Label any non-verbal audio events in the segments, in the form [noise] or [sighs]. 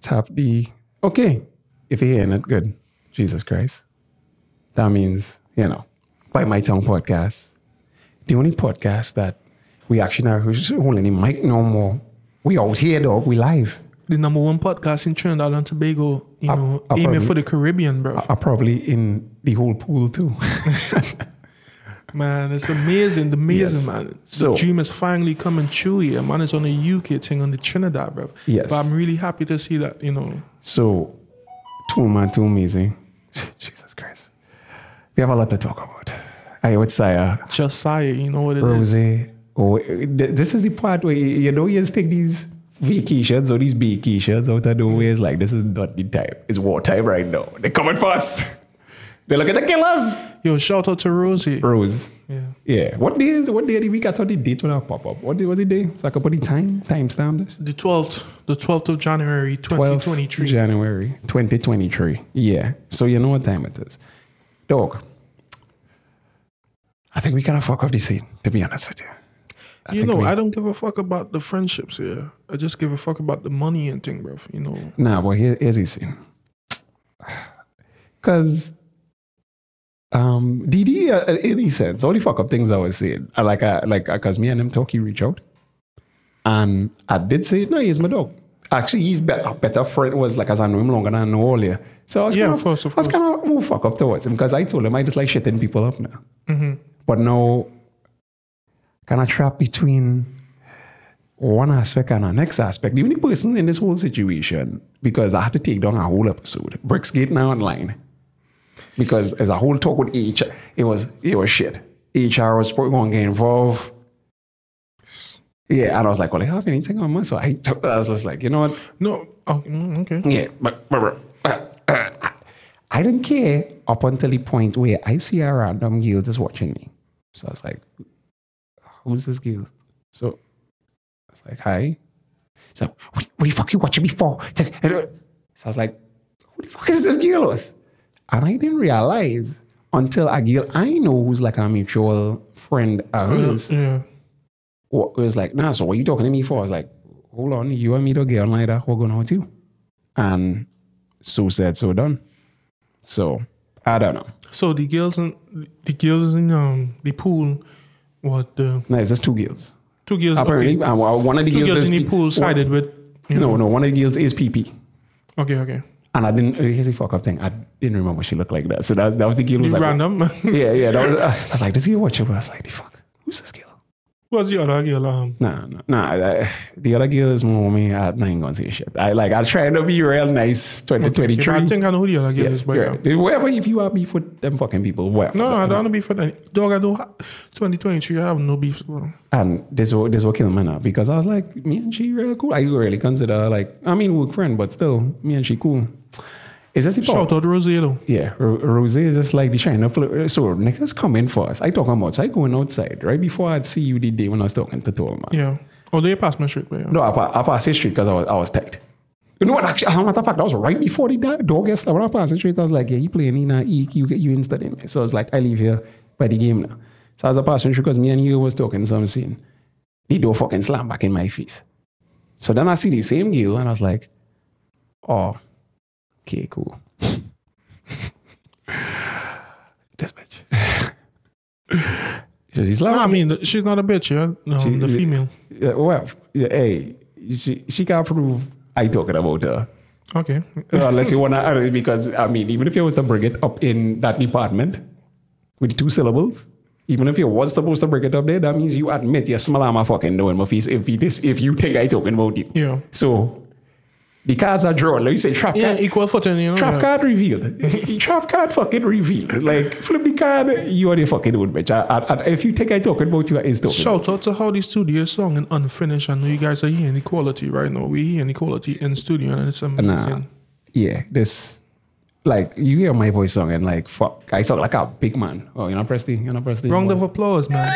Top D. Okay. If you're hearing it, good. Jesus Christ. That means, you know, Bite My Tongue podcast. The only podcast that we actually not holding the mic no more. We out here, dog. We live. The number one podcast in Trinidad and Tobago, you I- know, I aiming probably- for the Caribbean, bro. Are probably in the whole pool too. [laughs] man, it's amazing, the amazing, Yes. man. So- the dream is finally coming true here, man. It's on the UK thing, on the Trinidad, bro. Yes. But I'm really happy to see that, you know. So, two man, too amazing. [laughs] Jesus Christ. We have a lot to talk about. I would say, uh, Josiah, you know what it is. Rosie, oh, th- this is the part where you, you know you just take these vacations or these vacations out of nowhere. It's like, this is not the time. It's wartime right now. They're coming fast. They're looking to kill us. Yo, shout out to Rosie. Rose. Yeah. Yeah. What day is what day of the week? I thought the date when I pop up. What day was the day? So I could put the time, timestamp this. The 12th, the 12th of January, 12th 2023. January 2023. Yeah. So you know what time it is. Dog. I think we kind of fuck up the scene, to be honest with you. I you think know, we- I don't give a fuck about the friendships here. I just give a fuck about the money and thing, bruv. You know, Nah, well, here, here's the [sighs] scene. Because um, DD, uh, in any sense, all the fuck up things I was saying, I Uh, like, I, like, because me and him talk, he reach out. And I did say, no, he's my dog. Actually, he's be- a better friend was like, as I know him longer than I know all here. So I was Yeah, kind of course, of I was kind of more fuck up towards him because I told him I just like shitting people up now. Mm-hmm. But now, kind of trapped between one aspect and the next aspect. The only person in this whole situation, because I had to take down a whole episode, Bricksgate now online, because as a whole talk with HR, it was it was shit. HR was probably going to get involved. Yeah, and I was like, well, I have anything on my so I, took- [laughs] I was just like, you know what? no, oh, mm, okay. Yeah, but, but, but I didn't care up until the point where I see a random guild is watching me. So I was like, who's this guild? So I was like, hi. So what, what the fuck you watching me for? It's like, "Hello." So I was like, who the fuck is this guild? And I didn't realize until a guild I know who's like a mutual friend of hers Yeah. wa- was like, nah, so what you talking to me for? I was like, hold on, you and me don't get on like that. We're going out too. And so said, so done. So I don't know. So the girls in the girls in um the pool, øh, what the No, it's just two guilds. two girls? Apparently, okay, uh, well, one of the two guilds girls is in the P- pool sided with. You know, No, no, one of the guilds is PP. okay, okay. And I didn't, here's the fuck up thing. I didn't remember she looked like that. So that, that was the er guild was like, Random. [laughs] yeah, yeah. That was, [laughs] I was like, this guild watcher. I was like, the fuck, who's this guild? What's the other girl? Um, Nah, nah, nah. I- the other guild is more me. I, I ain't gonna say shit. I like, I try to be real nice. Twenty twenty okay, three. I think I know who the other girl is, Yes, but you're yeah. right. Whatever, if you are beef with them fucking people, whatever. No, no, I don't want to be er for that. Dog, I don't. Ha- 2023, I have no beef. Bro. And this will, this will kill me now because I was like, me and she really cool. I really consider her like, I mean, we're friend, but still, me and she cool. It's just the power. Shout out Rosie, though. Yeah, Ro- Rose is just like the China. fl- So niggas come in for us. I talk about, so I going outside right before I'd see you the day when I was talking to Tolman. Yeah. Oh, they passed my shit, but yeah. No, I, pa- I passed his street because I was, I was tight. You know what? Actually, as a matter of fact, that was right before the di- dog gets when I passed his street. I was like, yeah, you playing in now, you, you, you instant in me. So I was like, I leave here by the game now. So as I passed his street, because me and you was talking some scene, the door fucking slammed back in my face. So then I see the same girl and I was like, oh, okay, cool. [laughs] this bitch. [laughs] so she No, slammed I mean, she's not a bitch, yeah? No, the She- female. yeah, well, yeah, hey, she, she can't prove I talking about her. Okay. Unless you wanna, uh, because I mean, even if you was to bring it up in that department with two syllables, even if you was supposed to bring it up there, that means you admit you smell I'm a fucking knowing my face if you this if you think I talking about you. Yeah. So the cards are drawn. Let me say trap Yeah, card, equal footing, you know? trap yeah. card revealed. [laughs] trap card fucking revealed. Like flip the card, you are the fucking old bitch. I, I, I- if you think I talking about you, I is talking. Shout out to Howdy Studio song and Unfinished. I know you guys are hearing equality right now. We're hearing equality in studio and it's amazing. yeah, this like you hear my voice song and like fuck, I sound like a big man. Oh, you know, Presti, you know, Presti. Round of applause, man. [laughs]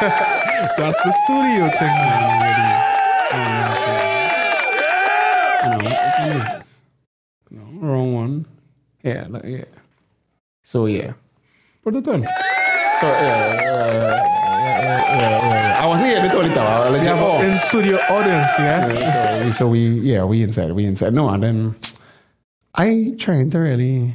That's the studio thing, man. No, no, wrong one. Yeah, like, yeah. So yeah, but the done. So yeah, uh, I wasn't here the only time. I let We you have off. an in studio audience, yeah? so, we, so we yeah we inside we inside no and then I trying to really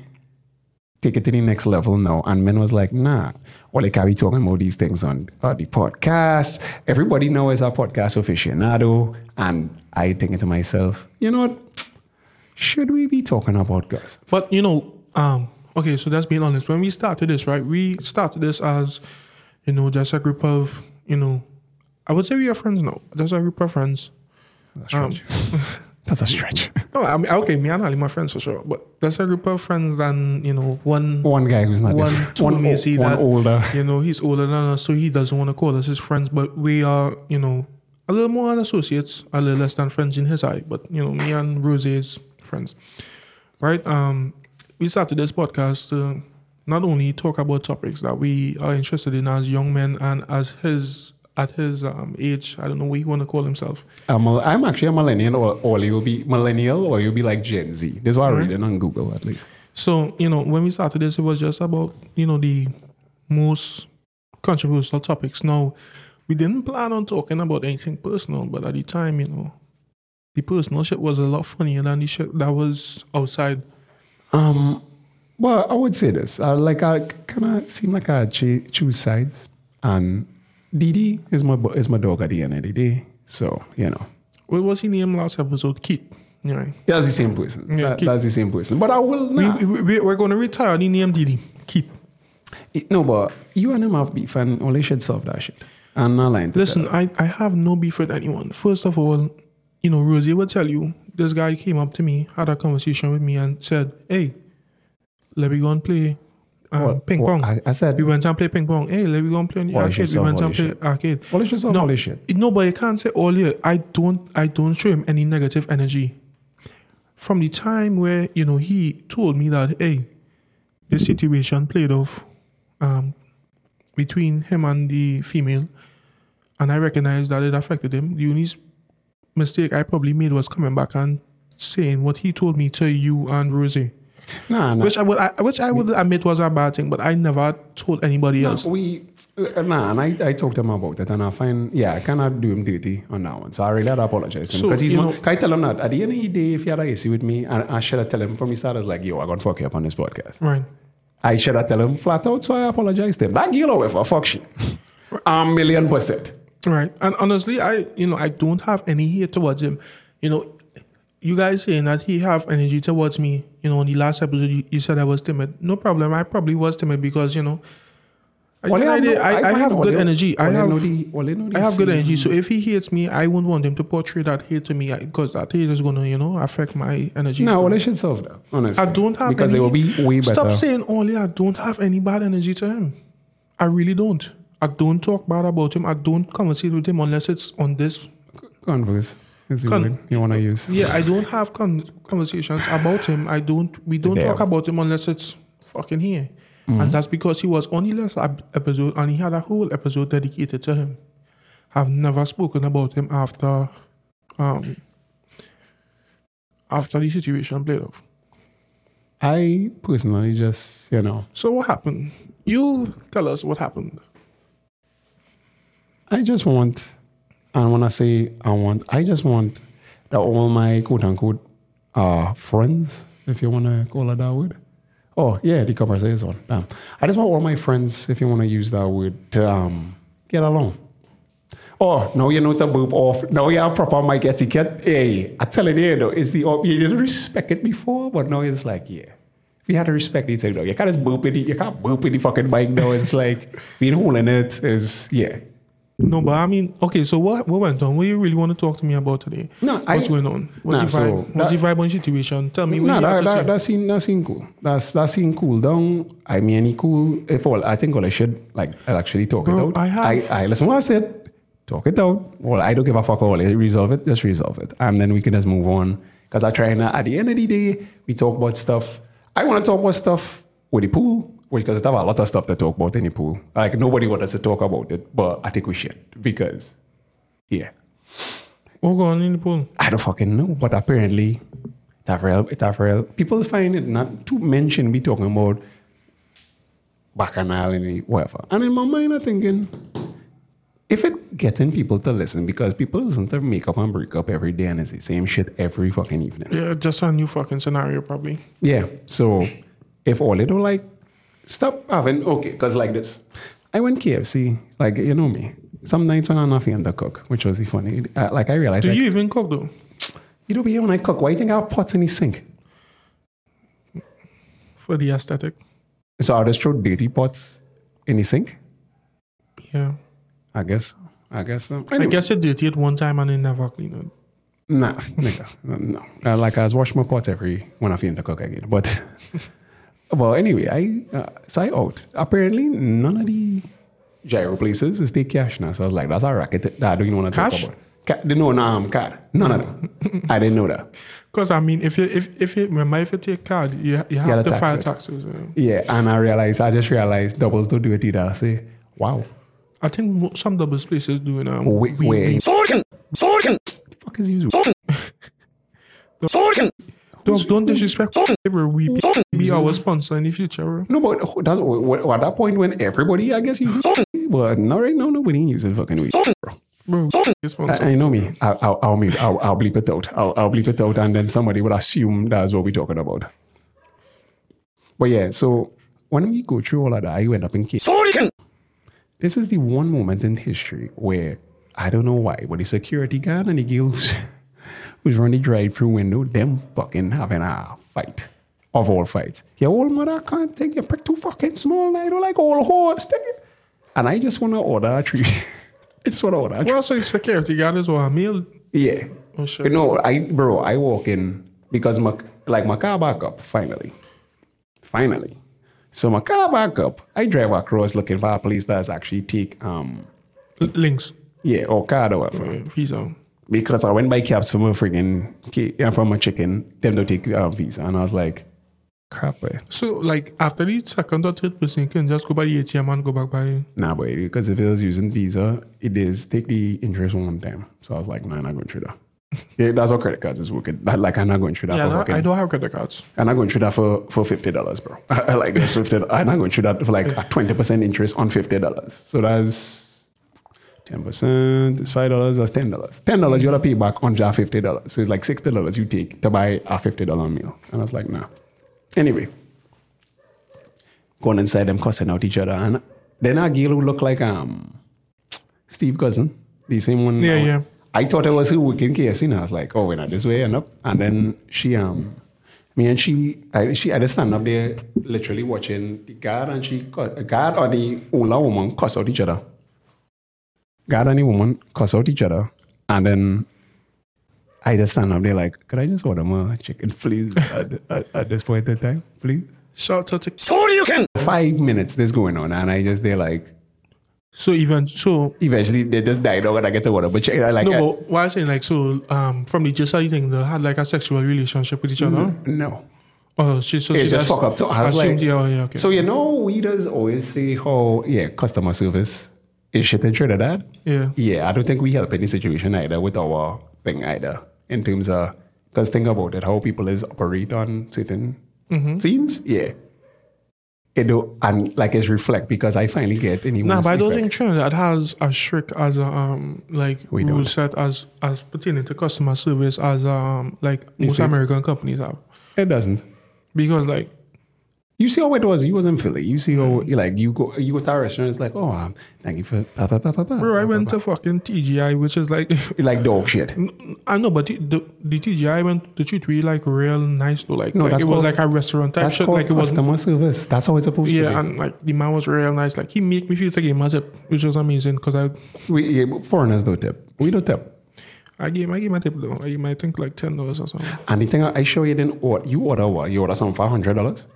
take it to the next level now and men was like nah well they can be talking about these things on, on the podcast everybody now is a podcast aficionado and I thinking to myself you know what should we be talking about guys But you know, um, okay, so that's being honest. When we started this, right, we started this as, you know, just a group of, you know, I would say we are friends now. Just a group of friends. that's a Um, stretch [laughs] that's a stretch No, I mean, okay, me and Ali, my friends for sure, but that's a group of friends, and you know, one, one guy who's not [laughs] one, different. two one, may o- see one that, older you know, he's older than us, so he doesn't want to call us his friends, but we are, you know, a little more than associates, a little less than friends in his eye, but you know, me and Rose is friends, right? Um, we started this podcast to not only talk about topics that we are interested in as young men and as his at his um, age, I don't know what he want to call himself. I'm, a, I'm actually a millennial or, or you'll be millennial or you'll be like Gen Z That's what I read Mm-hmm. it on Google at least So, you know, when we started this, it was just about, you know, the most controversial topics. Now, we didn't plan on talking about anything personal, but at the time, you know, the personal shit was a lot funnier than the shit that was outside. Um, well, I would say this. I like I kind of seem like I ch- choose sides, and Didi is my bo- is my dog at the end of the day. So you know, What was his name last episode? Keith. Yeah. that's the same person. Yeah, That- keep- that's the same person. But I will We, not. we, we- we're going to retire the name Didi. Keith. It- no, but you and him have beef, and only should solve that shit. I'm not lying. to Listen, I, I have no beef with anyone. First of all, you know, Rosie will tell you this guy came up to me, had a conversation with me, and said, Hey, let me go and play um, tell. Well, ping well, pong. I, I said we went and play ping pong. Hey, let me go and play in the Well, you should arcade. We solve went all and this play arcade. only should solve No. all this shit. No, but I can't say all year. I don't I don't show him any negative energy. From the time where, you know, he told me that, hey, this situation played off um, between him and the female, and I recognized that it affected him. The only s- mistake I probably made was coming back and saying what he told me to you and Rosie. Nah, nah. Which I would, I, which I would admit was a bad thing, but I never told anybody else. We uh, nah, and I, I talked to him about that, and I find yeah, I cannot do him dirty on that one. So I really had to apologize to him So, because he's you my, know- can I tell him that at the end of the day, if he had an issue with me, I, I should have tell him from the start. I was like, yo, I'm gonna fuck you up on this podcast. Right. I should have tell him flat out. So I apologize to him. That girl, however, fuck shit, a million percent. Right. And honestly, I you know, I don't have any hate towards him. You know, you guys saying that he have energy towards me, you know, on the last episode you, you said I was timid. No problem. I probably was timid because, you know, I, Well, I, you know, I, I find- have well, good you- energy. I well, you have know the- well, you know I the have good scene. energy. So if he hates me, I won't want him to portray that hate to me because that hate is gonna, you know, affect my energy. No, well, they should solve that. Honestly, I don't have because any, it will be way better. Stop saying only I don't have any bad energy to him. I really don't. I don't talk bad about him. I don't conversate with him unless it's on this Converse is the Con- word you want to use. Yeah, I don't have con- conversations about him. I don't. We don't Damn. Mm. talk about him unless it's fucking here, and that's because he was on the last ab- episode, and he had a whole episode dedicated to him. I've never spoken about him after, um, after the situation played off. I personally just you know. So what happened? You tell us what happened. I just want, and when I say I want, I just want that all my quote unquote uh, friends, if you want to call it that word. Oh, yeah, the conversation is on. Damn. I just want all my friends, if you want to use that word, to um, get along. Oh, now you know to boop off. Now you have proper mic etiquette. Hey, I tell it here though, it's the you didn't respect it before, but now it's like, yeah. We had to respect each other. You can't just boop it. You can't boop it the fucking mic now. It's like being holding it is yeah. No, but I mean, okay. So what what went on? What you really want to talk to me about today? No, I- what's going on? What's Nah, the vibe? so what's that- the vibe on the situation? Tell me. What No, you that, have to say. that, that seemed that seemed cool. That's that seemed cool. Down, I mean, he cool. If all, I think all I should like I'll actually talk it Bro, out. I have- I, I listen what I said. Talk it out. Well, I don't give a fuck all. Resolve it. Just resolve it, and then we can just move on. Because I try and at the end of the day, we talk about stuff. I want to talk about stuff with the pool, because there have a lot of stuff to talk about in the pool. Like nobody wants to talk about it, but I think we should because, yeah. What going Oh, on in the pool? I don't fucking know, but apparently, Tavrel, Tavrel, people find it not to mention be talking about bacchanal and whatever. And in my mind, I'm thinking, if it getting people to listen because people listen to makeup and breakup every day and it's the same shit every fucking evening. Yeah, just a new fucking scenario, probably. Yeah. So if all they don't like, stop having okay. Cause like this, I went KFC. Like you know me. Some nights when I'm not feeling to cook, which was the funny. Uh, like I realized, Do like, you, you even cook though? don't be here when I cook. Why you think I have pots in the sink? For the aesthetic. So I just throw dirty pots in the sink. Yeah. I guess. I guess. um, So. I guess it dirty at one time and then never clean it. Nah, nigga, no. Uh, like I was washing my pots every when I feel the cook again. But [laughs] well, anyway, I uh, so I out. Apparently, none of the gyro places is take cash now. So I was like, that's a racket that I don't even want to talk Cash? about. Ca- no, no, I'm card. None of [laughs] them. I didn't know that. Because I mean, if you if if you remember if you take card, you you the have to tax file it. taxes. you know. Yeah, and I realized, I just realized doubles don't do it either. I say, wow, I think mo- some double places do um, wait, we- wait, we- Sorgen! Sorgen! fuck is you? Sorgen! don't don't disrespect Sorgen! whatever we Sorgen! be our sponsor in the future. bro. No, but who- that's, wh- wh- at that point when everybody, I guess, uses. Sorgen! Well, not right now, nobody uses fucking weed. Sorgen! Bro, Sorgen! your I, sponsor. I know me. I'll, I'll, I'll, mute- I'll, I'll bleep it out. I'll, I'll bleep it out, and then somebody will assume that's what we're talking about. But yeah, so when we go through all of that, I went up in case. Sorgen! This is the one moment in history where I don't know why, but the security guard and the girl who's, [laughs] who's running the drive-through window, them fucking having a fight. Of all fights. Your old mother can't take your prick too fucking small. I don't like old horse. eh? And I just want to order a treat. [laughs] I just want to order a treat. Well, so your security guard is what I mean. Yeah. Oh, shit. You know, I bro, I walk in because my like my car back up finally, finally. So my car back up. I drive across looking for a place that's actually take um L- Links. yeah or card or whatever. Uh, Visa. Because I went by cabs from a friggin' ca- yeah, from a chicken. Them don't take uh, visa, and I was like, crap, eh. boy. So like after the second or third person, you can just go by the ATM and go back by. nah, boy. Because if it was using visa, it is take the interest one time. So I was like, nah, I'm not going through that. [laughs] yeah, that's what credit cards is working. That- Like I'm not going through that. Yeah, for no, fucking- I don't have credit cards. I'm not going through that for, for fifty dollars, bro. [laughs] like it's fifty. I'm not going through that for like a twenty percent interest on fifty dollars. So that's ten percent. It's five dollars. That's ten dollars. Ten dollars you gotta pay back on just fifty dollars. So it's like sixty dollars you take to buy a fifty dollar meal. And I was like, nah. Anyway, going inside them cussing out each other, and then a girl who looked like um Steve Cousin, the same one. Yeah, I- yeah. I thought I was who working KFC, and I was like, oh, we're not this way, and up. And then she, um, me and she, I, she, I just stand up there, literally watching the guard and she, cu- guard or the Ola woman cuss out each other. Guard and the woman cuss out each other, and then I just stand up there like, could I just order more chicken, please, at, at, at this point in time, please? Shout out to Sorgen! Five minutes this going on, and I just, they're like, so even so eventually they just died out and I get to order, but chicken, I like, No, but what I'm saying, like, so um, from the Jessa thing, they had like a sexual relationship with each other. no. Oh, she so Yeah, she Mm-hmm. just fuck up. So I was assumed, like- yeah, yeah, okay. So you know, we does always say how yeah, customer service is shit in Trinidad. yeah, Yeah, I don't think we help any situation either with our thing either in terms of because think about it, how people is operate on certain Mm-hmm. scenes. Yeah, it do and like it's reflect because I finally get anyone. nah, but I don't think Trinidad has as strict as a um like We rule don't. set as as pertaining to customer service as um like most States? American companies have it doesn't. because like You see how it was. You was in Philly. You see how Mm. like you go you go to a restaurant. It's like oh, um, thank you for blah, blah, blah, blah, blah, bro, I blah, went to fucking TGI, which is like [laughs] blah. like dog shit. Mm, I know, but the, the, the TGI went the treat really like real nice though, like, No, like that's it was called- like a restaurant type That's shit, called like it was customer service. That's how it's supposed to be. Yeah, and like the man was real nice. Like he made me feel like a man tip, which was amazing because I, We yeah, but foreigners don't tip. We don't tip. I gave, I gave my tip though. I gave my, I think like ten dollars or something. And the thing I I show you then what you order what? You order something for hundred dollars?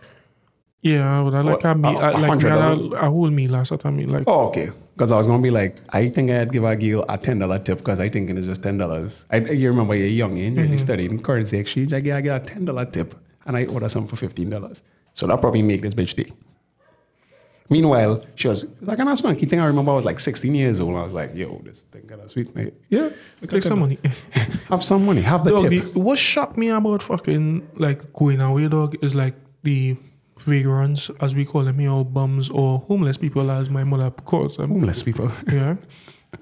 Yeah, but I like What, a meal, a- I, a like hundred me had dollar? a, a whole meal last time. Like Oh, okay. Because I was gonna be like, I think I'd give a girl a ten dollar tip because I think it's just ten dollars. I you remember you're young and Mm-hmm. you're studying currency exchange. I get I get a ten dollar tip and I order something for fifteen dollars. So that probably make this bitch day. Meanwhile, she was like an swanky thing. I remember I was like 16 years old. I was like, yo, this thing got a sweet mate. Yeah. I got take $10. some money. Have some money. Have the [laughs] dog, tip. the, what shocked me about fucking like going away, dog, is like the vagrants, as we call them here, or bums or homeless people, as my mother calls them. Homeless people. [laughs] Yeah.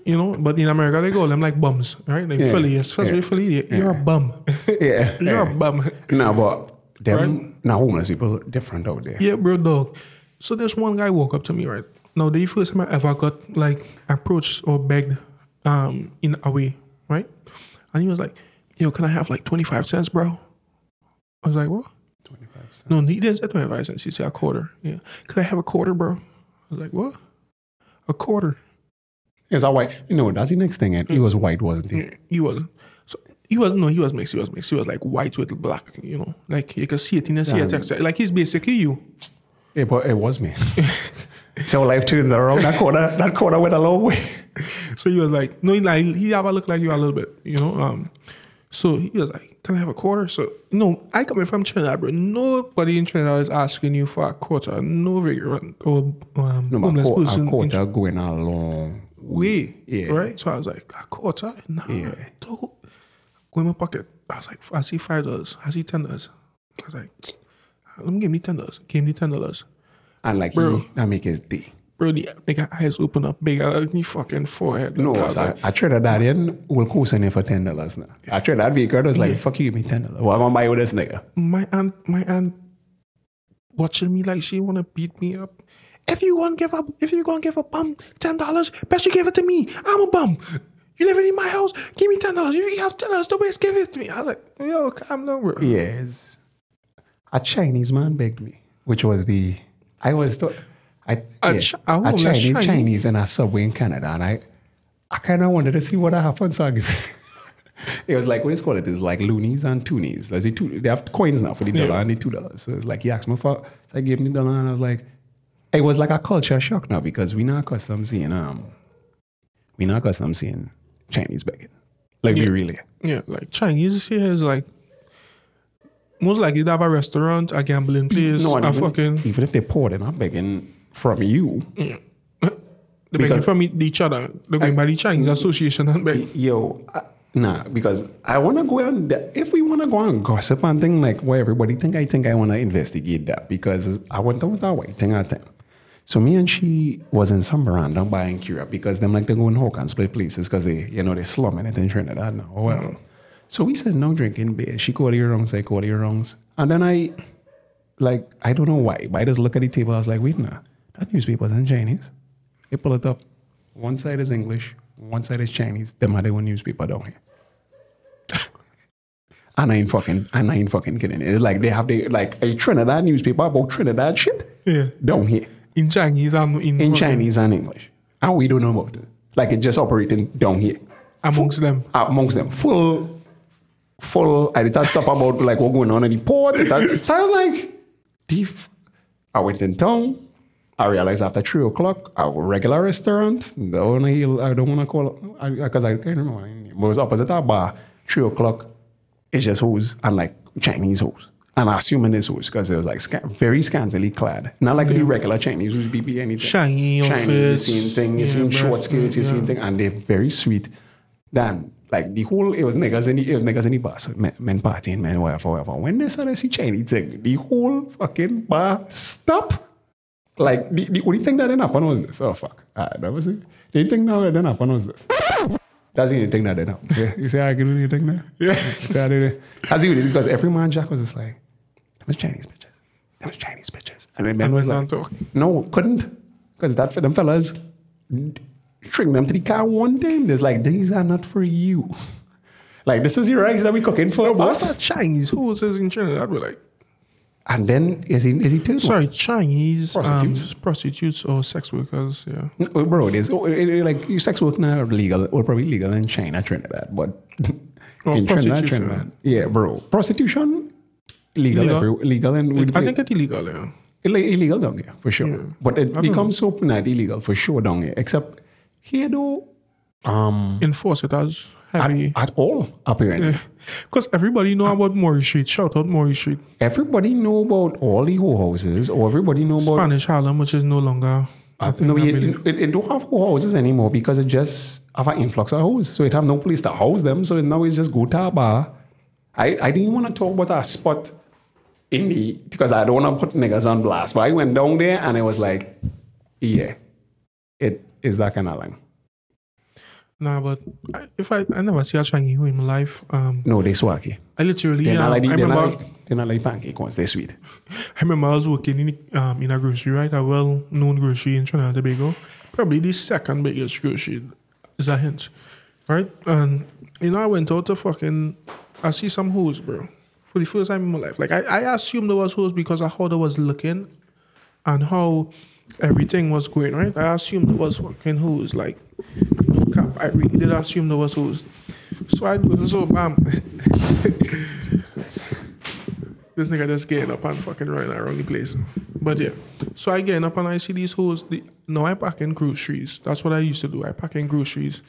You know, but in America they call them like bums, right? Like Yeah. Philly, especially Yeah. Philly, you're [laughs] a bum. Yeah. you're a bum. No, but them now homeless people different out there. Yeah, bro, dog. So this one guy walked up to me, right? Now, the first time I ever got like approached or begged um, in a way, right? And he was like, "Yo, can I have like twenty five cents, bro?" I was like, "What?" 25 cents. No, he didn't say twenty five cents. He said a quarter. Yeah, can I have a quarter, bro? I was like, "What?" A quarter. Is that white? You know, that's the next thing. And Mm. he was white, wasn't he? He was. So he was no, he was mixed. He was mixed. He was like white with black. You know, like you can see it in his hair Damn. texture. Like he's basically you. Yeah, but it was me. [laughs] so life turned around that corner, that corner went a long way. So he was like, no, he like he have a look like you a little bit, you know. Um, so he was like, can I have a quarter? So no, I coming from Trinidad, bro. Nobody in Trinidad is asking you for a quarter. No vagrant or um, No, my homeless quarter, person. a in quarter going a long way, Yeah. right? So I was like, a quarter? [laughs] Nah, Yeah. dog. Go in my pocket. I was like, I see five dollars. I see ten dollars. I was like, let me give me ten dollars. Give me ten dollars. And like, Bro. he, that make his day. Bro, the nigga eyes open up big. I like, "You fucking forehead. No, I was so like, I, I traded that in, we'll course in it for $10 now. I traded that vehicle, I was like, fuck you, give me $10. Well, I'm going to buy you this nigga. my aunt my aunt watching me like she wanna beat me up. If you gonna give up if you gonna give a bum ten dollars, best you give it to me. I'm a bum. You living in my house, give me ten dollars. You have ten dollars to waste, give it to me. I was like, yo, calm down, bro. Yes. A Chinese man begged me, which was the I was th- I A yeah, Chi- a homeless Chinese Chinese. Chinese in a subway in Canada, and I I kind of wanted to see what happened. So I give it [laughs] was like what is called it is like loonies and toonies. Like the two, they have coins now for the dollar and the two dollars. So it's like he asked me for. So I gave him the dollar, and I was like, it was like a culture shock now because we not accustomed seeing um we not accustomed seeing Chinese begging. Like we really. Yeah, like Chinese here is like most likely you'd have a restaurant, a gambling place, No, and a even, fucking even if they poor, they're not begging from you. [laughs] they making because- Mm. from e- each other. They're going by the Chinese Association and back. Yo, I, nah, because I want to go and if we want to go and gossip and thing like what everybody think, I think I want to investigate that because I went out with that white thing at the time. So me and she was in some random bar in Cuba because them like they go in hawk and split places because they you know they slumming it in Trinidad now or whatever. So we said no drinking beer. She called your wrongs, I called your wrongs, and then I like I don't know why, but I just look at the table. I was like, wait, nah, that newspaper's in Chinese. They pull it up. One side is English, one side is Chinese. Them are the one newspaper down here. [laughs] and I ain't fucking, and I ain't fucking kidding. It's like they have the like a Trinidad newspaper about Trinidad shit Yeah. down here In Chinese and in, in fucking- Chinese and English, and we don't know about it. Like it just operating down here amongst them. Ah, amongst them, full, full. I did that stuff about like what going on in the port. and that- so I was like, thief. I went in town. I realized after three o'clock, a regular restaurant. The only I don't want to call because I, can't remember. what it name, But it was opposite that bar. Three o'clock. It's just hoes and like Chinese hoes. And I'm assuming it's hoes because it was like scan, very scantily clad. Not like the regular Chinese who's BB anything. Shiny outfits. Chinese, you seen thing, you Yeah, seen bruh. short skirts, you Yeah. seen thing, and they're very sweet. Then, like the whole, it was niggas in the, it was niggas in the bar, so men, men partying, men whatever, whatever. When they started see Chinese thing, the whole fucking bar stop. Like the, the only thing that didn't happen was this. Oh fuck, ah, that was it. The only thing that didn't happen was this. That's the only thing that didn't happen. Yeah, You see how I can do the thing there? Yeah. You see how I did it? [laughs] That's the only because every man Jack was just like, them was Chinese bitches, them was Chinese bitches, and then men was like. Don't talk. No, couldn't. Because that for them fellas, string them to the car one time. There's like, these are not for you. Like, this is your rice that we cooking for What's us. that Chinese? Who was this in Trinidad? We're like, And then, is he, is he too? sorry, Chinese um, Prostitutes. prostitutes or sex workers. Yeah, No, bro, it is. oh, it- it- like, your sex work now legal, or probably legal in China, Trinidad, but Well, in Trinidad, Oh, prostitution. Trinidad. Yeah, bro. Prostitution, legal, Legal. everywhere. Legal and I think it's illegal. Yeah, Ill- illegal down here for sure. But it becomes so not illegal for sure down here. Except here though, um, enforce it as heavy. at all apparently. [laughs] Because everybody know about Maury Street. Shout out Maury Street, Everybody know about all the houses, or everybody know about. Spanish Harlem, which is no longer. I think Uh, No, I it, believe. it, it don't have houses anymore because it just have an influx of houses, so it have no place to house them. So now it's just go to a bar. I, I didn't want to talk about a spot in the because I don't want to put niggas on blast. But I went down there and it was like, yeah, it is that kind of line. Nah, but I, if I, I never see a Chinese in my life. Um, No, they swaggy. I literally, They're yeah, not like, I they're remember, not like, they're not like pancake ones. They're sweet. I remember I was working in um in a grocery, right? A well-known grocery in Trinidad and Tobago, probably the second biggest grocery, is a hint, right? And you know, I went out to fucking, I see some hoes, bro, for the first time in my life. Like I, I assumed there was hoes because of how they was looking, and how everything was going, right? I assumed there was fucking hoes, like, cap. I really did assume there was hoes. So I do this, so bam. [laughs] This nigga just getting up and fucking running around the place. But yeah. So I getting up and I see these hoes. The, no, I pack in groceries. That's what I used to do. I pack in groceries.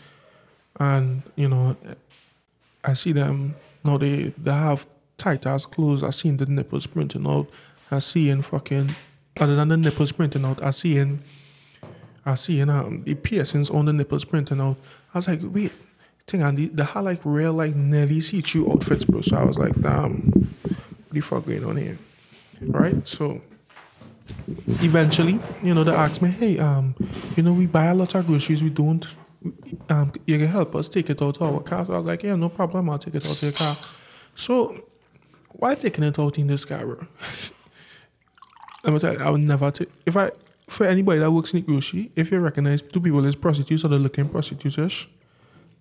And, you know, I see them. Now they, they have tight ass clothes. I seen the nipples printing out. I seeing fucking, other than the nipples printing out, I seeing, I seeing um, the piercings on the nipples printing out. I was like, wait. Thing and they, they had like real like nearly see through outfits, bro. So I was like, damn the fuck going on here? Right? So eventually, you know, they asked me, hey, um, you know, we buy a lot of groceries, we don't um you can help us take it out of our car. So I was like, Yeah, no problem, I'll take it out of your car. So why taking it out in this car, bro? [laughs] Let me tell you, I would never take if I for anybody that works in the grocery, if you recognize two people as prostitutes or they're looking prostitutes,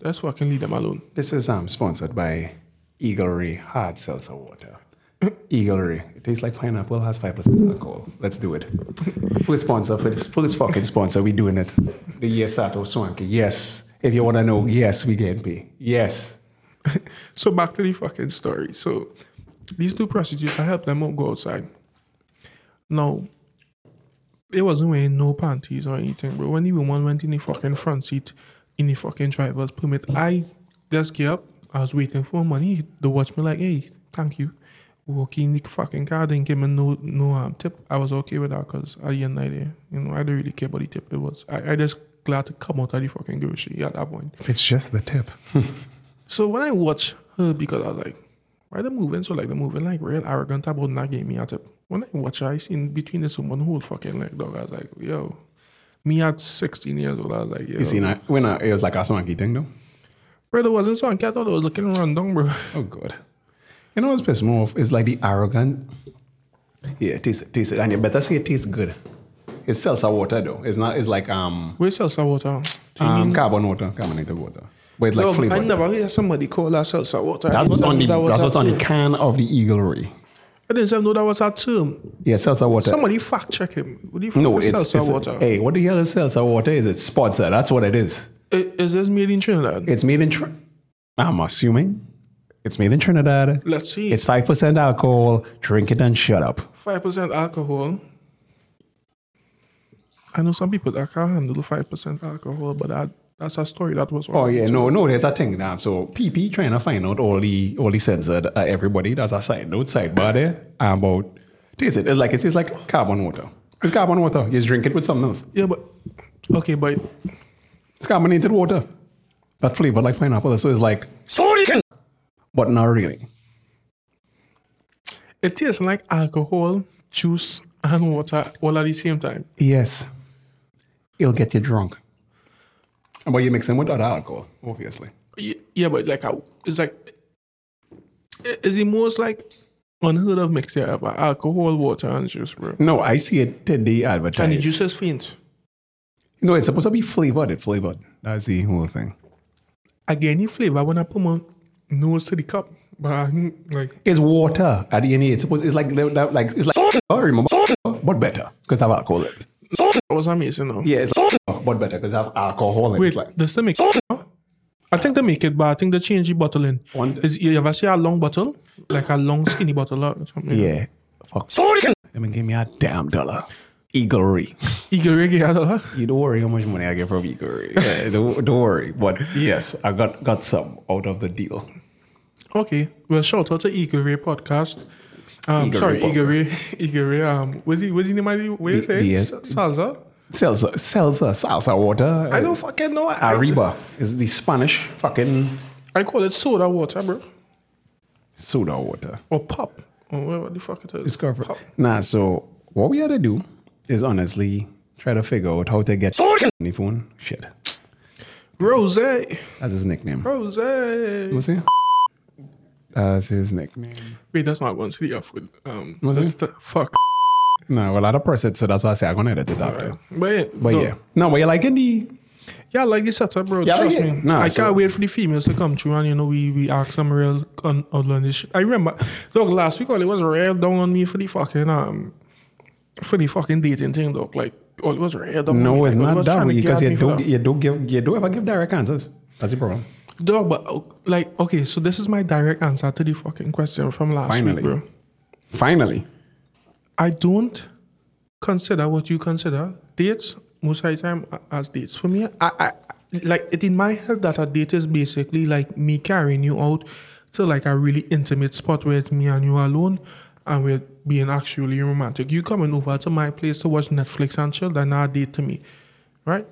that's fucking leave them alone. This is um, sponsored by Eagle Ray Hard Seltzer Water. [coughs] Eagle Ray. It tastes like pineapple, has 5% alcohol. Let's do it. [laughs] Full sponsor, full, full fucking sponsor. we doing it. The Yes Sato Swanky. Yes. If you want to know, yes, we getting pay. Yes. So back to the fucking story. So these two prostitutes, I helped them out go outside. Now, they wasn't wearing no panties or anything, bro. When the woman went in the fucking front seat in the fucking driver's permit, I just get up. I was waiting for money. The watchman like, hey, thank you. Walk in the fucking car, didn't give me no no um, tip. I was okay with that because at the end of the day, you know, I didn't really care about the tip. It was I, I just glad to come out of the fucking grocery at that point. It's just the tip. So when I watch her, because I was like, why they moving so like they're moving like real arrogant about not getting me out of when I watch her, I seen between this woman whole fucking like dog. I was like, yo. Me at 16 years old, I was like, yo. You see, now, when I, it was like a swanky thing, though. Bro, there wasn't so I thought I was looking around down, bro. [laughs] Oh God. You know what's pissed me off? It's like the arrogant. Yeah, taste it, taste it. And you better say it tastes good. It sells our water though. It's not it's like um, Where seltzer water? Do you um, mean- carbon water, carbonated water. But it's like Dog, flavored. I never hear somebody call that seltzer water. I that's didn't what's on the know that was that's a what's on the term. can of the Eagle Ray. I didn't even know that was a term. Yeah, seltzer water. Somebody fact check him. What do you no, fuck is it's, seltzer it's water? Hey, what the hell is seltzer water? Is it sponsor? That's what it is. I- Is this made in Trinidad? It's made in Tr- I'm assuming. It's made in Trinidad. Let's see. It's five percent alcohol. Drink it and shut up. five percent alcohol. I know some people that can't handle five percent alcohol, but that that's a story that was. Oh yeah, no, no, there's a thing now. So PP trying to find out all the all the censored uh, everybody. That's a side note, sidebar there about taste it. It's like it's, it's like carbon water. It's carbon water. You just drink it with something else. yeah, but okay, but It's carbonated water. That flavor like pineapple. So it's like but not really. it tastes like alcohol, juice, and water all at the same time. Yes. It'll get you drunk. But you mix them with other alcohol, obviously. Y- Yeah, but like I- it's like i- it's the most like unheard of mixture ever: alcohol, water, and juice, bro. No, I see it today And the advertised. juice is faint. no, it's supposed to be flavored. It flavored. That's the whole thing. Again, the flavor when I put my nose to the cup, but I can, like It's water at the end. It's supposed. It's like that- like it's like. Oh, remember, but better because have alcohol. in it. it was amazing though. Yeah, it's like, but better because have alcohol. In it. Wait, It's like does they make I think they make it, but I think they change the bottle in. One- Is, you ever see a long bottle? Like a long skinny bottle or something? yeah, fuck. Let me give me a damn dollar. Eaglery. Eagle regular. You don't worry how much money I get from Eaglery. Yeah, don't, don't worry. But yes, I got got some out of the deal. Okay. Well shout out to Eagle Ray podcast. Um Eagle sorry, Ray Eagle Ray [laughs] Eagle Ray um was he was he name I what you say? the- S- Salsa? Salsa, salsa, salsa water. Uh, I don't fucking know. I, Arriba is the Spanish fucking I call it soda water, bro. soda water. Or pop. Or whatever the fuck it is. discover. Pop. Nah, so what we had to do is honestly try to figure out how to get on the phone. Shit. Rose, That's his nickname. Rose. What's he? That's his nickname. Wait, that's not going to the F word. Um, Was that's it? the fuck. No, well, I don't press it, so that's why I say I'm gonna edit it after. Right. But, yeah, But no. yeah, no, but you're like in the Yeah, I like the setup, bro. Yeah, I Trust like it. me. Nah, I so- can't wait for the females to come through and, you know, we, we ask some real un- outlandish shit. I remember, dog, last week, all it was real down on me for the fucking, um, for the fucking dating thing, dog. Like, all it was real down on me. no, it's Like, all it not was that trying to because get you at me for do that. you do give you do ever give direct answers. That's the problem. Dog, but, uh, like, okay, so this is my direct answer to the fucking question from last Finally. week, bro. Finally, I don't consider what you consider dates most of the time a- as dates. For me, I, I like it in my head that a date is basically like me carrying you out to like a really intimate spot where it's me and you alone and we're being actually romantic. You coming over to my place to watch Netflix and chill, that's not a date to me. Right?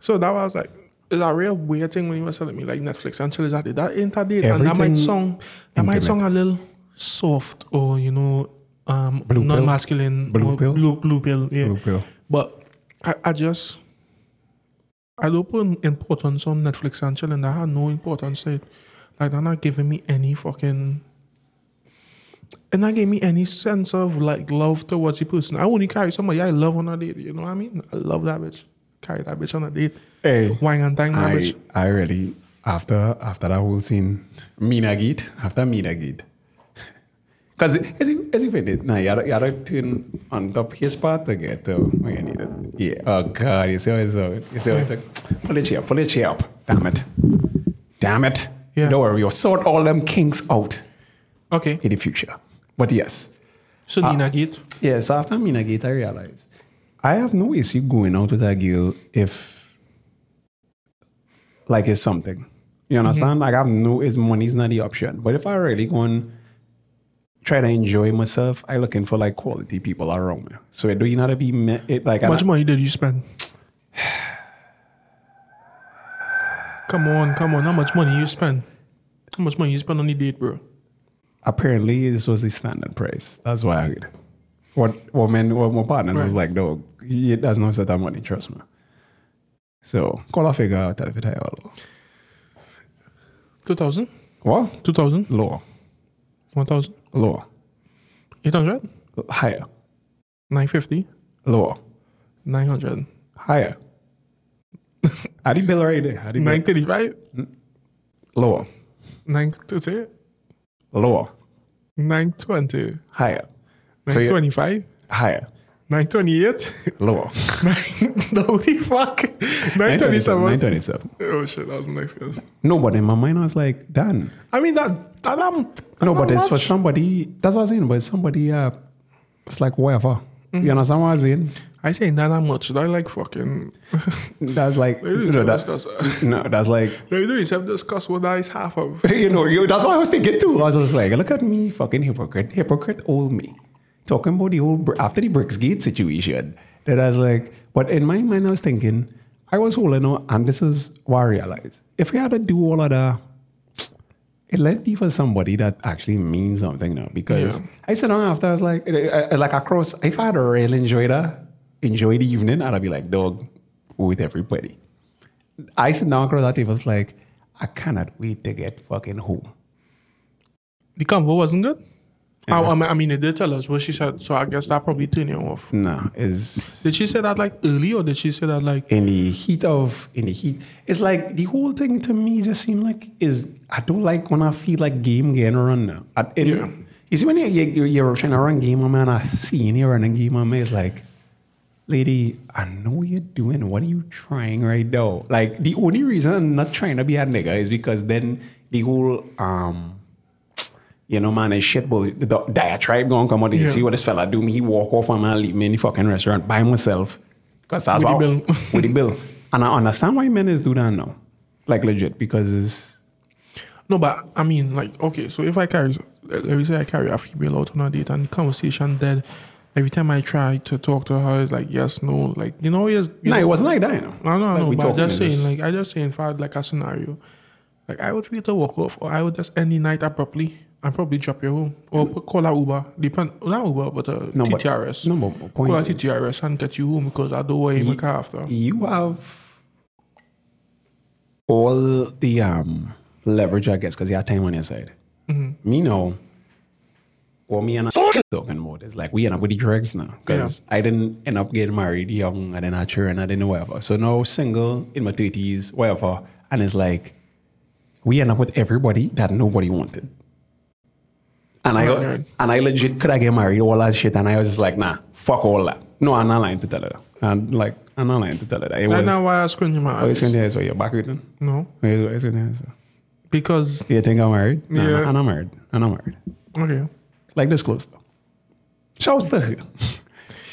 So that was like it's a real weird thing when you were telling me like Netflix and chill is that that ain't a date. and that might Everything sound that might intimate. sound a little soft or you know um Blue pill? non-masculine Blue or pill? blue, blue pill yeah Blue pill. but I, I just I don't put importance on Netflix and chill and I had no importance to it like they're not giving me any fucking and that gave me any sense of like love towards the person. I only carry somebody I love on a date. You know what I mean? I love that bitch. Carry that bitch on a date. hey, Wine and dine that I bitch. I really after after that whole scene, Mina Git after Mina Git. [laughs] Cause as you as you fit it, nah, you gotta, you gotta turn on top his part to get to where you need it. Yeah. Oh God, you see how it's uh, you see how it took. Pull it chair, pull it chair up. Damn it, damn it. Yeah. Don't worry, you'll sort all them kinks out Okay. in the future. But yes, So uh, Nina Gate. Yes, after Mina Gate, I realized I have no issue going out with a girl if, like, it's something. You understand? Like, I have no, it's money's not the option. But if I really go and try to enjoy myself, I looking for like quality people around me. So it do you not to be me, it like How and I- much money did you spend? [sighs] come on, come on. How much money you spend? How much money you spend on the date, bro? apparently this was the standard price. That's why I did. What what men what my partners was like, no, it does not set that money, trust me. So call a figure out if it hello. 2,000? What? 2,000? Low. 1,000? Lower. 800? Higher. 950? Lower. 900? Higher. How do you bill right there? How do you bill? 935? Lower. 920? Lower. 920? Higher. So you- 925? Higher. [laughs] 928? Lower. No, the fuck? 927? 927. Oh shit, that was the next guess. No, but in my mind, I was like, done. I mean, that, that I'm. No, but it's for sure. somebody. That's what I'm saying. But it's somebody, uh, it's like whatever. You understand what I'm saying? I say not that much. That like fucking. [laughs] That's like, Ladies, no, let's that, discuss. no, that's like, Now you do yourself discuss what that is half of. [laughs] you know, you, that's what I was thinking too. I was just like, look at me, fucking hypocrite, hypocrite, old me, talking about the old Br- after the Brixgate situation. That I was like, but in my mind, I was thinking, I was holding on, and this is what I realized. If I had to do all of that, it let be for somebody that actually means something now. Because Yeah. I sit down after, I was like, I- I- like across, if I had to really enjoy that, enjoy the evening, I'd be like, dog, with everybody. I sit down across that table, it's like, I cannot wait to get fucking home. The convo wasn't good. I, I mean, I mean, it did tell us what she said, so I guess that probably turned you off. No, is Did she say that like early, or did she say that like in the heat of in the heat. It's like the whole thing to me just seemed like is I don't like when I feel like game getting run now. I, it- Yeah. You see when you, you, you're trying to run game on me and I see you running game on me, it's like, lady, I know what you're doing. What are you trying right now? Like the only reason I'm not trying to be a nigga is because then the whole um you know, man, it's shit, but the the diatribe gonna come out and Yeah. see what this fella do me. He walk off and man leave me in the fucking restaurant by myself. Because that's With what the bill. with the bill. [laughs] And I understand why men is do that now. Like legit, because it's no? But I mean, like okay, so if I carry, let let me say I carry a female out on a date, and the conversation dead. Every time I try to talk to her, it's like yes, no, like you know, yes. You no, know, it wasn't like that, you know. I know, I Like, know, we but I talking just is saying, just- like I just saying, if I had like a scenario, like I would feel to walk off, or I would just end the night abruptly and probably drop you home, or p- call a Uber, depend not Uber, but uh, a Mm. No, but- TTRS. no, but my point call a is- TTRS and get you home because I don't want to Ye- my car after. you have all the um, leverage I gets because you have time on your side. Mm-hmm. Me know, or me and I talking about is like we end up with the drugs now because I didn't end up getting married young and then I children I didn't whatever. So now single in my thirties whatever, and it's like we end up with everybody that nobody wanted. And I Right, right. and I legit could I get married all that shit and I was just like nah fuck all that. No, I'm not lying to tell her. that. I'm like I'm not lying to tell her that. It That's was, not why I was cringing my Oh, it's eyes. going to as well. You're back with them. No, Oh, It's, it's going to as well. because You think I'm married? No, Yeah. I'm not married. I'm not married. okay, Like this close though. Shouts to her.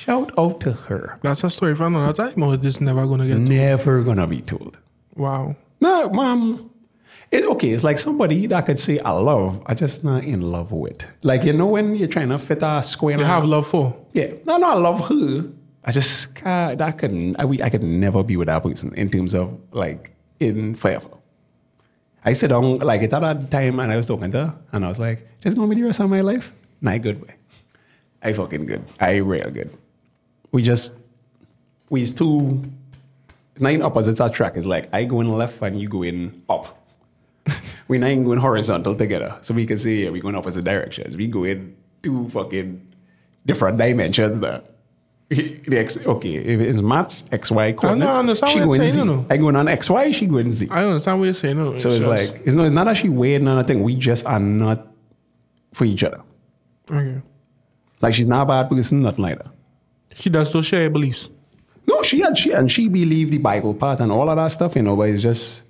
Shout out to her. that's a story for another time. Or this never gonna get. Never gonna be told. Wow. No, mom. It, okay, it's like somebody that could say I love, I just not in love with. Like you know when you're trying to fit a square. in You a- have love for. Yeah. No, no, I love her. I just can't, that couldn't, I, we- I could never be with that person in terms of like in forever. I sit down like at that time and I was talking to her and I was like, this gonna be the rest of my life? Nah, good way. I fucking good. I real good. We just, we is two, nine opposites attract. It's like I going left and you going up. [laughs] we not even going horizontal together. So we can see yeah, we going opposite directions. We going two fucking different dimensions there. [laughs] The X, okay, if it's maths, XY coordinates. understand she what you're going saying, Z. you know. I going on XY, she going Z. I understand what you're saying. No, So it's just- like it's not, it's not actually weird or nothing. We just are not for each other. okay. Like she's not a bad person, nothing like that. She does not share beliefs. [laughs] No, she had she and she believed the Bible part and all of that stuff, you know, but it's just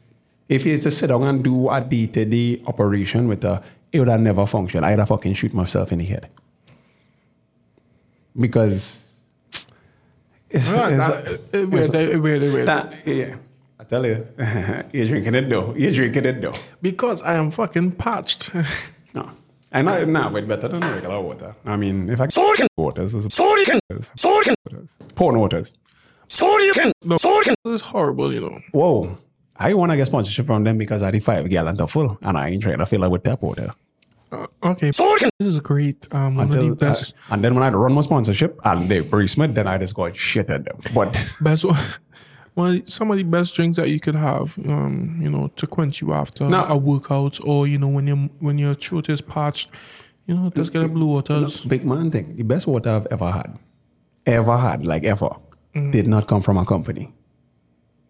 if it's to sit down and do a day to day operation with her, it would have never functioned. I'd have fucking shoot myself in the head. Because it's, Right, it's- that- it- it weird, it weird, it weird. that- yeah. I tell you, [laughs] you're drinking it though. You're drinking it though. Because I am fucking parched. [laughs] No. And I nah, but better than regular water. I mean, if I waters, there's a porn waters. this is horrible, you know. Whoa. I want to get sponsorship from them because I did five gallons of full and I ain't trying to fill up with tap water. Uh, okay. This is great. Um, one of the Till- best, uh, and then when I run my sponsorship and they breeze me, then I just got shit at them. But best one. [laughs] One of the- some of the best drinks that you could have, um, you know, to quench you after No. a workout or you know when your when your throat is parched, you know, just get a blue waters. big man thing, the best water I've ever had, Mm. ever had, like ever, did not come from a company.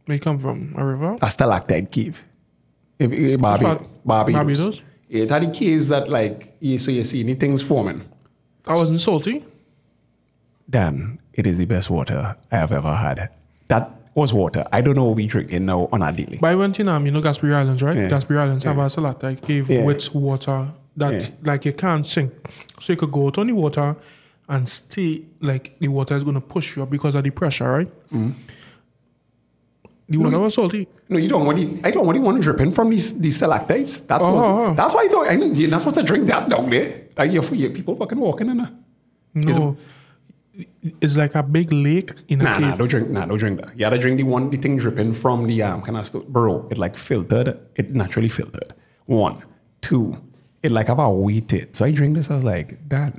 They come from a river. a stalactite cave. If, if Barbados. part? Barbados. Barbados? Yeah, that the caves that like you so you see anything's forming. I wasn't salty. Dan, it is the best water I have ever had. That was water. I don't know what we drink in now on our daily. But I went in um, you know, Gasperi Islands, right? Yeah. Gasperi Islands have a salat that gave Yeah. wet water that Yeah. like you can't sink. So you could go out on the water and stay like the water is gonna push you up because of the pressure, right? Mm. The water was salty. No, you don't want it. I don't want it want to drip in from these these stalactites. That's Oh, what. oh, oh. That's why I don't. I know you're not supposed to drink that down there. Like you you people fucking walking in there. No. It's like a big lake in a Nah, nah, cave. don't drink. Nah, don't drink that. You gotta drink the one the thing dripping from the um kind of stuff. Bro, it like filtered. It naturally filtered. One, two. It like have a waited. So I drink this. I was like, that.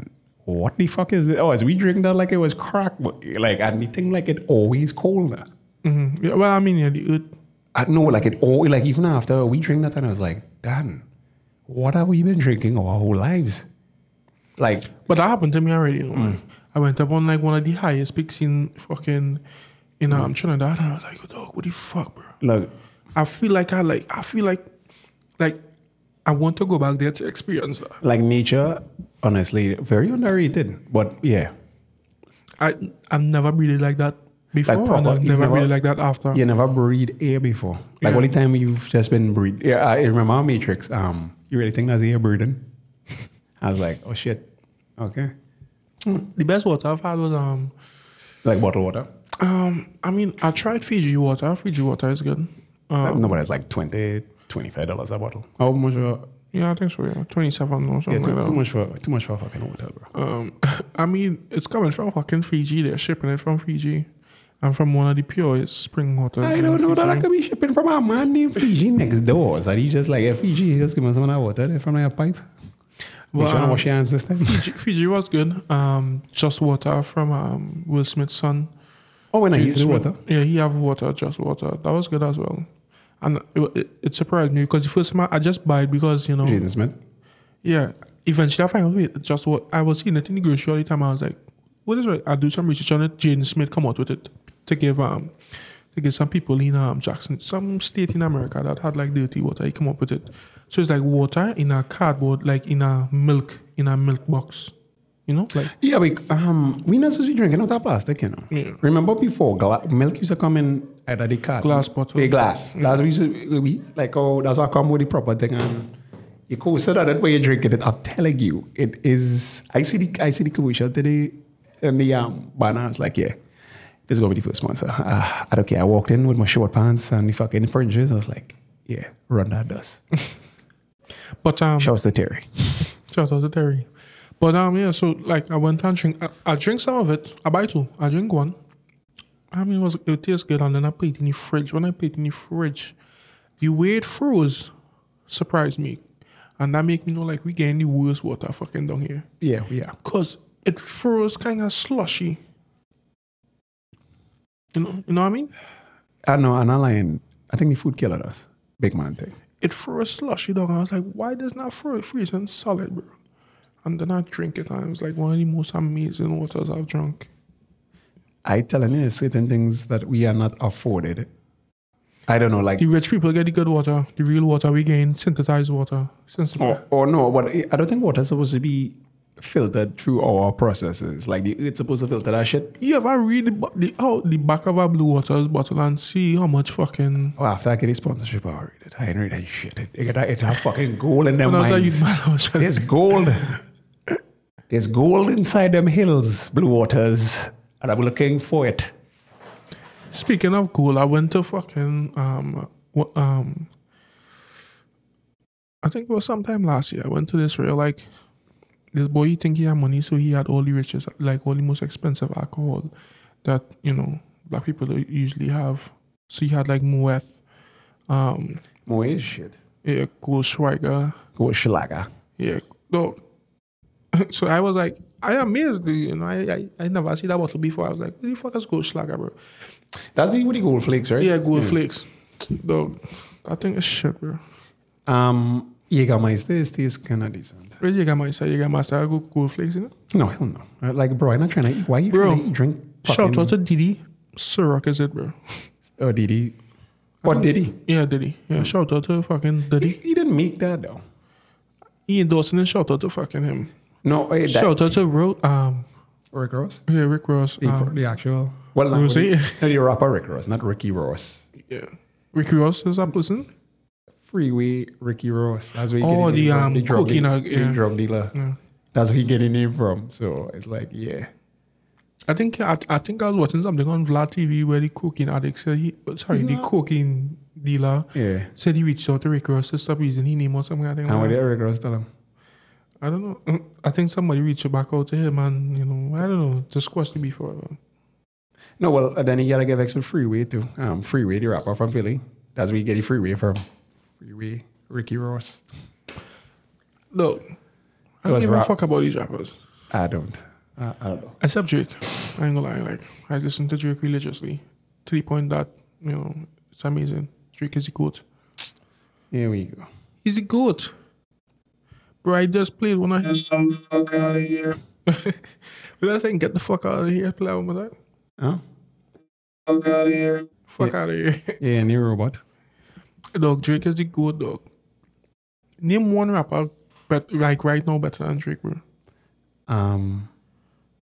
What the fuck is this? Oh, as we drink that like it was crack, but, like and the thing like it always cold. now. Mhm. Yeah, well, I mean, yeah, the earth. I know, like it all, like even after we drink that, and I was like, Dan, what have we been drinking our whole lives? Like, But that happened to me already. You know, Mm. like, I went up on like one of the highest peaks in fucking in Mm. um, Trinidad, and I was like, "Dog, what the fuck, bro?" look, I feel like I like I feel like like I want to go back there to experience that. like nature, honestly, very underrated. But yeah, I I've never breathed like that before and proper- I've you never, never- breathed like that after. you never breathe air before. Like Yeah. only time you've just been breathe. Yeah, I remember our Matrix. Um, you really think that's air breathing? [laughs] I was like, oh shit, okay, The best water I've had was um like bottled water. um I mean I tried Fiji water. Fiji water is good. Um, no, but it's like 20 25 dollars a bottle. Oh. How much? For, yeah, I think so. Yeah, twenty seven or yeah, something too, like too that. much for too much for fucking water, bro. Um, I mean it's coming from fucking Fiji. They're shipping it from Fiji, and from one of the purest spring waters. I in don't know that I Fiji. could be shipping from a man named Fiji next door. So you just like, yeah, Fiji, you just give me some of that water there from that pipe. Make Well, sure I um, wash your hands this time. Fiji, Fiji was good. Um, just water from um, Will Smith's son. Oh, when I Oh. Will use the Smith- water. Yeah, he have water, just water. That was good as well. and it, wa- it, it surprised me because the first time I, I just buy it because you know Jaden Smith. yeah. Eventually, I find out wait, it's just what I was seeing it in the grocery all the time. I was like, what is it? I do some research on it. Jaden Smith come out with it to give um to give some people in um Jackson, some state in America that had like dirty water. He come up with it. So it's like water in a cardboard, like in a milk in a milk box. You know, like Yeah, we um we not supposed to be drinking out of plastic, you know. Yeah. Remember before gla- milk used to come in out of the car. Glass bottle. Yeah, glass. That's what we used to we like oh that's how come with the proper thing and you cool so that way you're drinking it. I'm telling you, it is I see the I see the commercial today and the um banner I was like, yeah. This is gonna be the first sponsor. Uh, I don't care. I walked in with my short pants and the fucking fringes. I was like, yeah, run that dust. but um Shouts to [laughs] Terry. Shout out to Terry. But um, yeah, so like I went and drink. I, I drink some of it. I buy two. I drink one. I mean, it was it tastes good, and then I put it in the fridge. When I put it in the fridge, the way it froze surprised me, and that make me know like we getting the worst water fucking down here, Yeah, yeah. cause it froze kind of slushy. You know, you know what I mean? I know, and I'm lying. I think the food killer us. Big man thing. It froze slushy, dog. And I was like, why does not froze freezing solid, bro? And then I drink it, and it was like one of the most amazing waters I've drunk. I telling you, there's certain things that we are not afforded. I don't know, like The rich people get the good water, the real water. We gain synthesized water. Synthesized. or, or no, but I don't think water's supposed to be filtered through our processes. Like the, it's supposed to filter that shit. You ever read the, bo- the out the back of a blue waters bottle and see how much fucking? Oh, after I get a sponsorship, I'll read it. I ain't read that shit. It, it, it have fucking gold in them When I was like, you minds. [laughs] man, I was trying There's gold. There's gold inside them hills, blue waters, and I'm looking for it. to- Speaking of gold, I went to fucking um wha- um. I think it was sometime last year. I went to this real like this boy. He think he had money, so he had all the richest, like all the most expensive alcohol that you know black people usually have. So he had like Moet, um, More is shit. yeah, Goldschweiger. Go Schlager. Yeah. No. [laughs] so I was like, I amazed, you know, I, I, I never see that bottle before. I was like, what the fuck is gold slacker, bro? That's the, with the gold flakes, right? Yeah, gold flakes. Dog, I think it's shit, bro. Um, Jägermeister is this kind of decent. Where's Jägermeister? Jägermeister, I go gold flakes, you know? No, hell no. Uh, Like, bro, I'm not trying to eat. Why you Bro, trying to drink fucking Shout out to Diddy. Ciroc is it, bro? Oh, did he? What did he? Yeah, Diddy. Yeah, Hmm. shout out to fucking He, Diddy. he didn't make that though. Ian Dawson and shout out to fucking him. No, eh, that, Shout out to Ro- um, Rick Ross. yeah, Rick Ross. The, um, pro- the actual. Well, not Rosie? really- No, the rapper Rick Ross, not Ricky Ross. yeah. Rick Ross is that person? Freeway Ricky Ross. That's where you Oh, get his the, name from, um, drug cookie dealer. nug- the yeah. drug dealer. Yeah. That's where you get his name from. So it's like, yeah. I think I, I think I was watching something on Vlad TV where the cocaine addict said he oh, sorry the cocaine dealer Yeah. said he reached out to Rick Ross to stop using his name or something. I think And what like- did Rick Ross tell him? I don't know. Mm, I think somebody reached back out to him and you know I don't know just squashed the beef forever. No, well, uh, then you gotta give X with Freeway too. Um, Freeway, the rapper from Philly. That's where you get the Freeway from. Freeway, Ricky Ross. Look, I It don't was give a rap. fuck about these rappers I don't. I, I don't know. except Drake. I ain't gonna lie, like I listen to Drake religiously to the point that you know it's amazing. Drake is the goat. Here we go. He's a goat. Bro, I just played when I. Get some fuck out of [laughs] here. but I saying get the fuck out of here. Play with that. Huh? Fuck out of here. Fuck out of here. [laughs] Yeah, new robot. dog, Drake is the goat, dog. Name one rapper, but like right now, better than Drake, bro. Um,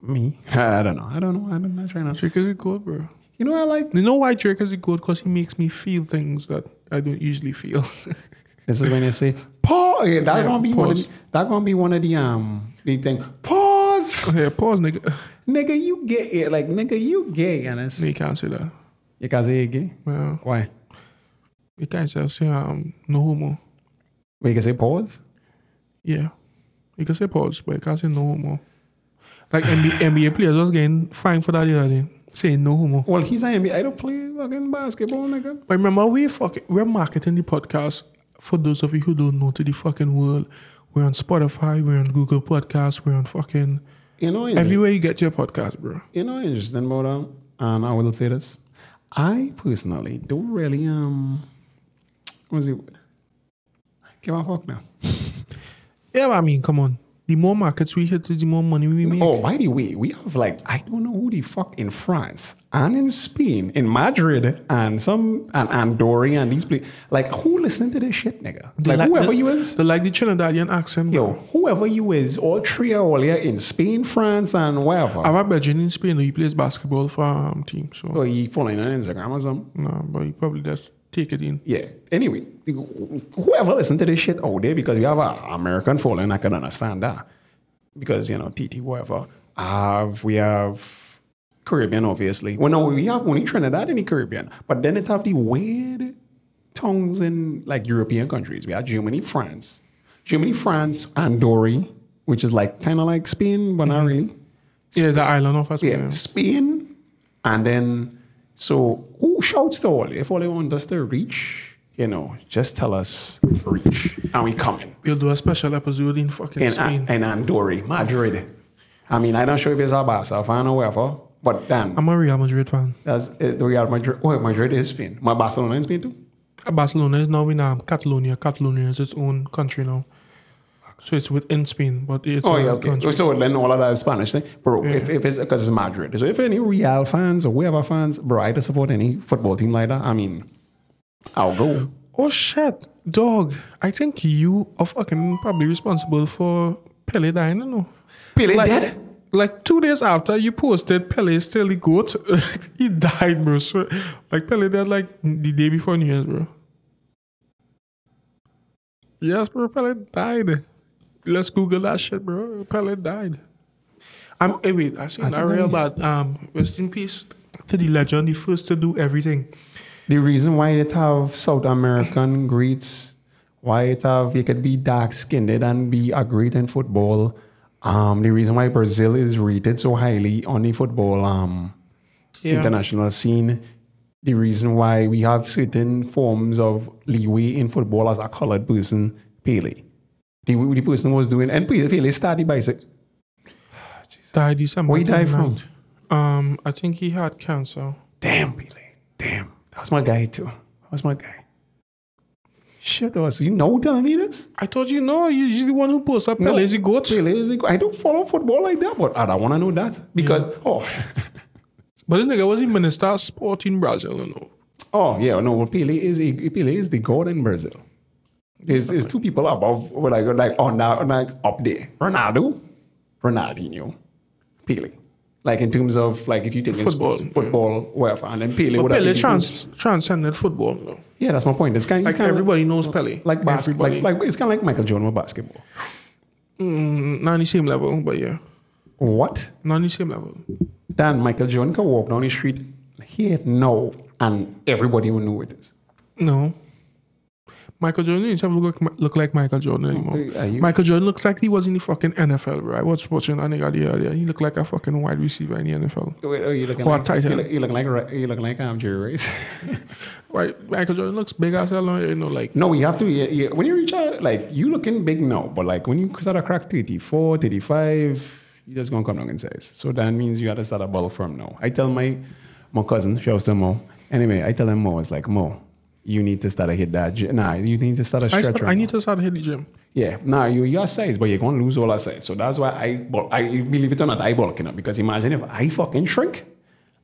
me. [laughs] I don't know. I don't know. I'm not trying to. Drake is a goat, bro. You know, I like. You know why Drake is a goat? Because he makes me feel things that I don't usually feel. [laughs] This is when they say pause. Yeah, that Yeah, gonna be one. Of pause. the, that gonna be one of the um the thing. Pause, [laughs] okay, pause, nigga. [laughs] nigga. You gay? Yeah, Like nigga, you gay? And it's No, you can't say that. you can say you gay. Well, Why? you can't say, say um, no homo. Well, you can say pause. Yeah. You can say pause, but you can't say no homo. Like NBA, NBA players was getting fined for that the other day, saying no homo. Well, he's saying I don't play fucking basketball, nigga. But remember, we fucking, we're marketing the podcast for those of you who don't know to the fucking world. We're on Spotify, we're on Google Podcasts, we're on fucking You know, inter- everywhere you get your podcast, bro. you know, interesting about um, and I will say this. I personally don't really um was it? Give a fuck now. Yeah, but I mean, come on. The more markets we hit, the more money we make. Oh, by the way, we have like I don't know who the fuck in France and in Spain, in Madrid and some and Andorra and these places. Like who listening to this shit, nigga? They Like, whoever the, you is, They like the Trinidadian accent. yo, whoever you is, all three are all here in Spain, France, and wherever. I have a Belgian in Spain who he plays basketball for um team. So oh, you following on Instagram or something? no, but he probably just take it in. Yeah. Anyway, whoever listen to this shit out there, because we have an American following, I can understand that. Because, you know, TT, whatever. Have, we have Caribbean, obviously. Well, no, we have only Trinidad and the Caribbean. But then it have the weird tongues in, like, European countries. We have Germany, France. Germany, France, Andorra, which is, like, kind of like Spain, but not really. Yeah, it's an island off us. Yeah, Spain, and then so who shouts to all? If all they want us to reach, you know, just tell us reach, and we coming We'll do a special episode in fucking in Spain. and in Andorra, Madrid. I mean, I'm not sure if it's a Barca fan or whatever, but damn, I'm a Real Madrid fan. that's uh, the Real Madrid. Oh, Madrid is Spain. My Barcelona is Spain too. Uh, Barcelona is now in um, Catalonia. Catalonia is its own country now. So it's within Spain, but it's Oh a yeah, okay. country. So then all of that is Spanish thing, bro. If, if it's because it's Madrid, so if any Real fans or whoever fans, bro, I don't support any football team like that. I mean, I'll go. Oh shit, dog. I think you are fucking probably responsible for Pele dying, you know. Pele like, dead? Like two days after you posted Pele is still the goat, [laughs] he died, bro. So, like Pele died like the day before New Year's, bro. Yes, bro, Pele died. Let's Google that shit, bro. Pele died. I'm eh, wait, I seen that real bad. Um rest in peace to the legend, the first to do everything. The reason why it have South American greats, why it have you could be dark skinned and be a great in football. Um, the reason why Brazil is rated so highly on the football um, Yeah. international scene. The reason why we have certain forms of leeway in football as a colored person, Pele. The, the person was doing, and Pele Pele started bicycle. Died December. Where he died 29th. from? Um, I think he had cancer. Damn, Pele. Damn. That was my guy, too. That was my guy. Shit, that was, you know telling me this? I told you no. You, you're the one who posts up No. the lazy goat. Really, is it- e I don't follow football like that, but I don't want to know that because oh, But this nigga was the minister of sport in Brazil. You know. oh yeah, no, well, Pele is a, Pele is the god in Brazil. There's, there's two people above, well, like like on that, on, like up there, Ronaldo, Ronaldinho, Pele. Like in terms of like if you take in Football, sports, football, whatever, and then Pele would have Pele been- trans- transcended football. You know. Yeah, that's my point. It's kind, Like it's kind of everybody knows Pele. like basketball, everybody. like, like it's kind of like Michael Jordan with basketball. Mm, not on the same level, but yeah, What? not on the same level. Then Michael Jordan can walk down the street here now, and everybody will know it is. No. Michael Jordan didn't ever look like, look like Michael Jordan anymore. Are you- Michael Jordan looks like he was in the fucking NFL, bro. I was watching that nigga the other day. He looked like a fucking wide receiver in the NFL. Wait, oh, you looking Or a like tight You end. look, you look like Ra- you look like um, Jerry Rice. [laughs] Right, Michael Jordan looks big as hell, you know, like no, you have to. Yeah, yeah. When you reach out, like you looking big now, but like when you start a crack 34, 35, you just gonna come down in size. So that means you gotta start a ball from now. I tell my my cousin, shout out to Mo. Anyway, I tell him Mo, it's like Mo, you need to start a hit that. gy- Nah, you need to start a I, stretch. start, right I now. need to start hitting the gym. Yeah, now you your size, but you're gonna lose all our size. So that's why I, bul- I believe it or not, I bulking up because imagine if I fucking shrink,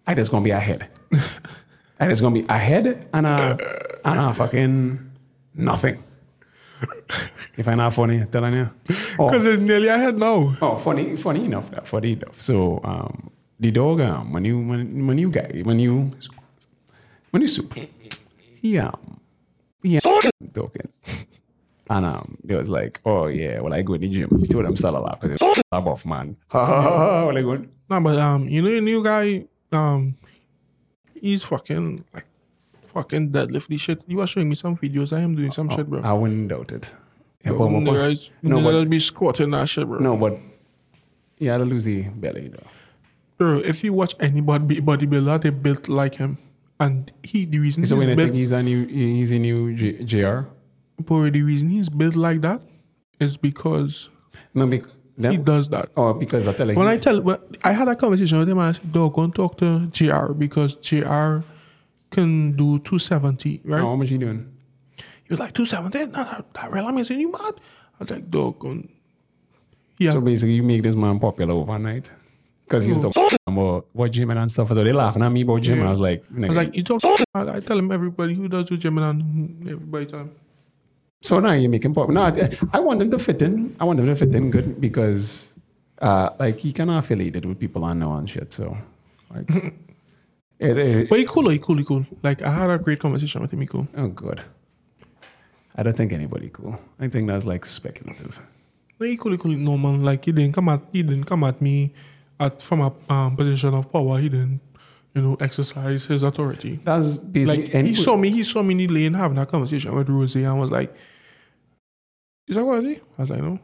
I just gonna be ahead. and it's gonna be ahead and a and a fucking nothing. if I'm not funny, I'm telling you. Because Oh, it's nearly ahead now. oh, funny, funny enough, that funny enough. So um, the dog, um, when you when, when you guy, when you when you soup, he um yeah talking. [laughs] And um, they was like, oh yeah, well I go in the gym. He told them still alive because it's a buff man. [laughs] Ha ha ha ha. Well I go. in. Nah, but um, you know the new guy, um, he's fucking like fucking deadlifty shit. You were showing me some videos of him doing some shit, bro. I wouldn't doubt it. Yeah, but- Um, the but- guys, uh, no, no, but be squatting that shit, bro. no, but yeah, I'll lose the belly though. Bro, if you watch anybody bodybuilder, they built like him, and he the reason So he's when I think built, he's a new, he's a new J- JR. bro, the reason he's built like that is because No, because he them. does that. Oh, because I tell you, When I tell, when I had a conversation with him, I said, "Dog, go and talk to Jr. because Jr. can do 270, right?" oh, how much you doing? He was like, 217? No, that, that real I'm saying, you mad? I was like, dog, on. Yeah. So basically, you make this man popular overnight because he was the about what Gemini and stuff. So they laughing at me about Gemini. I was like, I was like, you talk. [laughs] I I tell him everybody who does do Gemini, everybody tell him. So now you're making pop. No, I, I want them to fit in. I want them to fit in good because, uh, like, he kind of affiliated with people I know and shit. So, [laughs] like, it, it, But he cool, he cool, he cool. Like I had a great conversation with him. He cool. oh, good. I don't think anybody cool. I think that's like speculative. No, he cool, he cool, normal. Like he didn't come at he didn't come at me at from a um, position of power. He didn't, you know, exercise his authority. That's basically Like he saw me, he saw me in the lane having a conversation with Rosie and was like, "Is that what I do?" I was like, "No."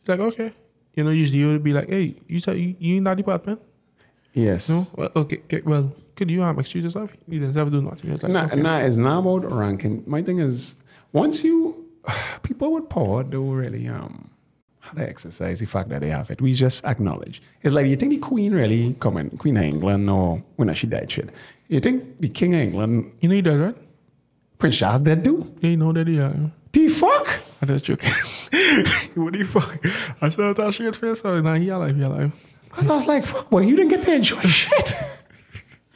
He's like, "Okay." You know, usually you would be like, "Hey, you said you, you in that department?" yes. No. Well, okay, okay. Well, could you um, excuse yourself? You didn't have to do nothing. He was like, Nah, okay. nah, it's not about ranking. My thing is, once you, [sighs] people with power don't really um how to exercise the fact that they have it. We just acknowledge. It's like you think the Queen really come in, Queen of England, or when she died, shit. You think the King of England, You know he died, right? Prince Charles, dead too? Yeah, you know that he died. The fuck? I just joking. [laughs] what the fuck? I said that shit face. So now he alive, he alive. 'Cause I was like, fuck, boy, you didn't get to enjoy [laughs] shit.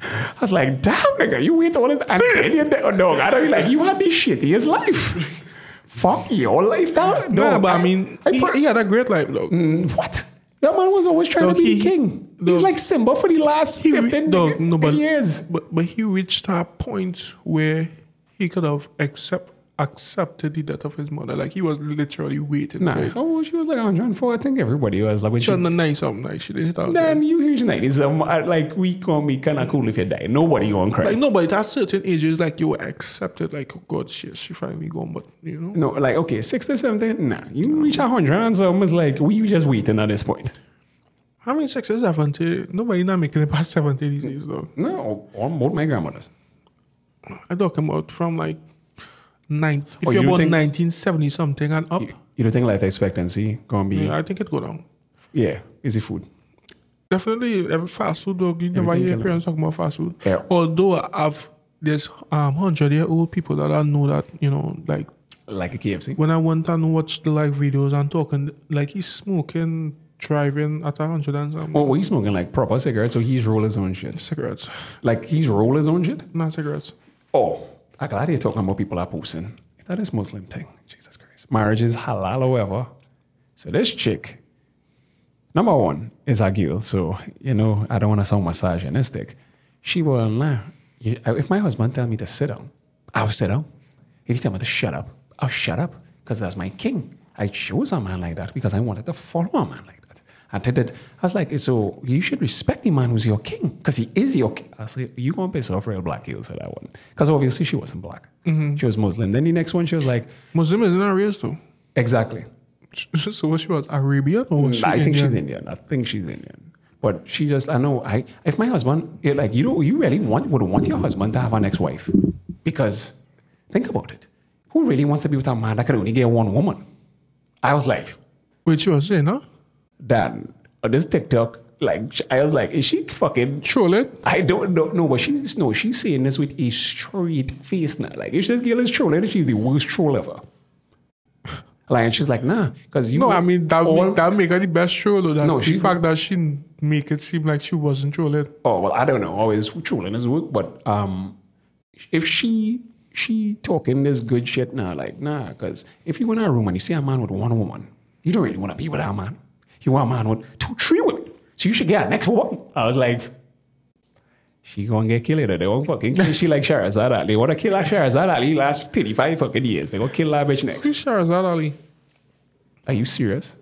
I was like, damn, nigga, you wait all this and then you're dead. Oh, dog. I don't be like, you had the shittiest life. Fuck your life down. No, but I, mean, I he, put- he had a great life, though. Mm, What? That man was always trying Dog, to be he- king. dog. He's like Simba for the last He, re- 15 dog, no, but, years. but but he reached a point where he could have accept accepted the death of his mother. Like he was literally waiting for Nah, it. how old she was like 104. I think everybody was like, when She she, had a nice something like she didn't hit out. there. damn, you hear tonight. It's um, uh, like we gonna be kind of cool if you die. Nobody gonna cry. Like no, but at certain ages, like you were accepted. Like oh God, shit, she finally gone, but you know. no, like okay, 60, 70. Nah, you reach 100 and so it's like we you just waiting at this point. How many sexes have until nobody not making it past seventy these days though? No, or both my grandmothers. I'm talking about from like nine. If Oh, you're you about think- nineteen seventy something and up, You, you don't think life expectancy gonna be? yeah, Yeah, I think it go down. easy food. Definitely, every fast food dog. You never Everything hear can- parents talking about fast food. Yeah. Although I have there's um hundred year old people that I know that you know like Like a KFC. when I went and watched the live videos and talking like he's smoking, driving at a hundred and something Well, he's smoking like proper cigarettes, so he's roll his own shit. cigarettes, Like he's roll his own shit. not cigarettes. Oh, I'm glad you're talking about people are posting. That is Muslim thing. Jesus Christ. Marriage is halal, however. So this chick, number one, is a girl. So, you know, I don't want to sound misogynistic. She will nah. You- If my husband tell me to sit down, I'll sit down. If he tell me to shut up, I'll shut up because that's my king. I chose a man like that because I wanted to follow a man like that. And to that, I was like, so you should respect the man who's your king because he is your king. I said, you going to piss off real black heels at that one. Because obviously she wasn't black. She was Muslim. Then the next one, she was like, Muslim is not raised though. [laughs] exactly. So what she was Arabian or was she I think Indian? she's Indian. I think she's Indian. But she just, I know, I if my husband, you're like, you know, you really want would want your husband to have an ex-wife because think about it. Who really wants to be with a man that could only get one woman? I was like, Wait, she was saying, huh? Dan, on this TikTok, like, sh- I was like, is she fucking? Trolling. I don't know, no, but she's no, she's saying this with a straight face now. Like, if this girl is trolling, she's the worst troll ever. [laughs] Like, and she's like, nah, because you. No, I mean that all- make, that make her the best troller. That No, the she's- fact that she make it seem like she wasn't trolling. oh well i don't know always trolling his work but um if she she talking this good shit now like nah because if you go in a room and you see a man with one woman you don't really want to be with a man you want a man with two three women so you should get a next woman i was like she gonna get killed later. They won't fucking kill she like Sharazad Ali. Wanna kill her Sharazad Ali last 35 fucking years. They gonna kill that bitch next. Who's Shahrazad Ali? Are you serious?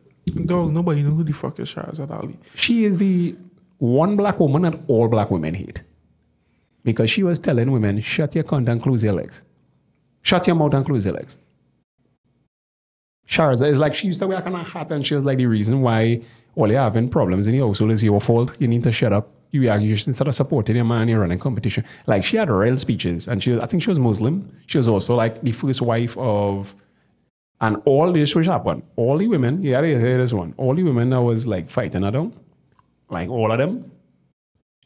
Dog, nobody know who the fuck is Shahrazad Ali. she is the one black woman that all black women hate. Because she was telling women, shut your cunt and close your legs. Shut your mouth and close your legs. Sharazad is like, she used to wear kind of hat and she was like, the reason why all you're having problems in your household is your fault. You need to shut up. You are, you should- instead of supporting your man, you're running competition. Like, she had real speeches and she was, I think she was Muslim. She was also like the first wife of and all this which happened, all the women, yeah, they hear this one. All the women that was like fighting her down, like all of them,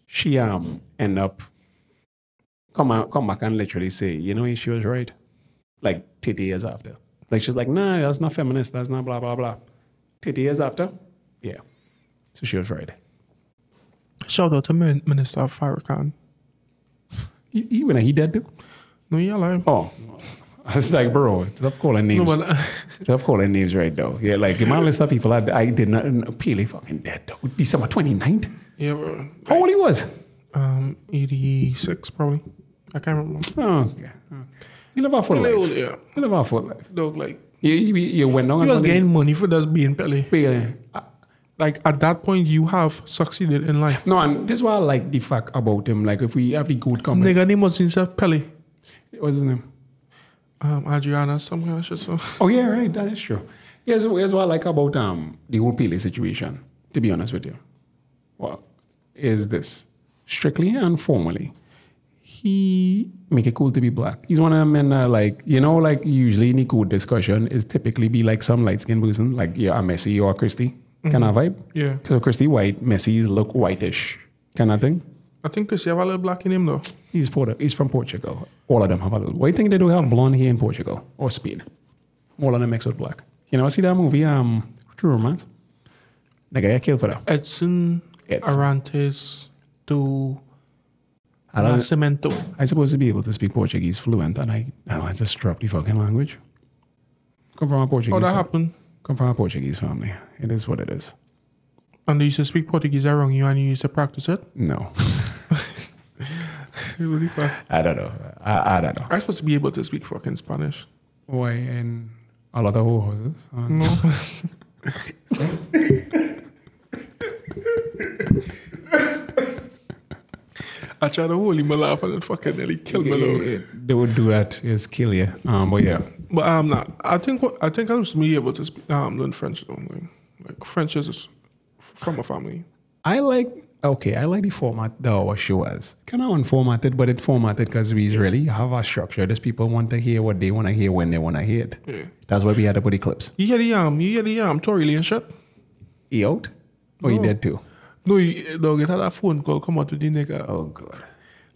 she um end up come out, come back and literally say, you know, she was right. like 30 years after. Like she's like, nah, that's not feminist, that's not blah, blah, blah. 30 years after, yeah. So she was right. Shout out to Min- Minister Farrakhan. He, he, when E, he dead too? No, he alive. Oh. [laughs] I was like, bro, stop calling names. No, but Stop calling names right now. Yeah, like the amount of list of people I, I did not know. Pele fucking dead though. December 29th? [laughs] yeah, bro. How old he was? um, eighty-six probably. I can't remember. Oh, okay. okay. He lived our full Pele was life. yeah, He lived our full life. dog. Like You, you, you went down he as was one of getting money for just being Pele. the- Pele. Uh, Like at that point, you have succeeded in life. No, and this is why I like the fact about him. Like, if we have the good company, Nigga name was himself Pele. what's his name? Um, Adriana, some kind of shit. So Oh yeah, right. That is true. Here's, here's what I like about um the whole Pele situation. To be honest with you, well, is this strictly and formally, he make it cool to be black. He's one of them men that like you know like usually in the code discussion is typically be like some light skinned person like yeah a Messi or a Christie kind of vibe. Mm-hmm. yeah, So Christie white, Messi look whitish kind of thing. I think Chris, you have a little black in him though. He's, Port- he's from Portugal. All of them have a little. What do you think they do have blonde hair in Portugal or Spain? All of them mixed with black. You know, see that movie, um, True Romance? The guy I killed for that. Edson, Edson. Arantes do I, don't, Nascimento. I supposed to be able to speak Portuguese fluent, and I, and I just dropped the fucking language. Come from a Portuguese. Oh, that fam- happened. Come from a Portuguese family. It is what it is. And they used to speak Portuguese around you, and you used to practice it. No, really fast. [laughs] I don't know. I, I don't know. I'm supposed to be able to speak fucking Spanish. Why in a lot of horses? No. [laughs] I tried to hold him laugh and it fucking nearly killed me though. They would do that is kill you. Um, but yeah. But um, nah, I think what, I think I was me able to speak, um, learn French though. Like, like French is f- from a family. I like okay, I like the format that our show was. Kind of unformatted, but it formatted because we really have our structure. These people want to hear what they want to hear when they want to hear it. Yeah. That's why we had to put the clips. You hear the um, you hear the um, Tory Lane shit. He out? Oh, he No. dead too. No, you, dog, it had a phone call come out to the nigga. Oh god.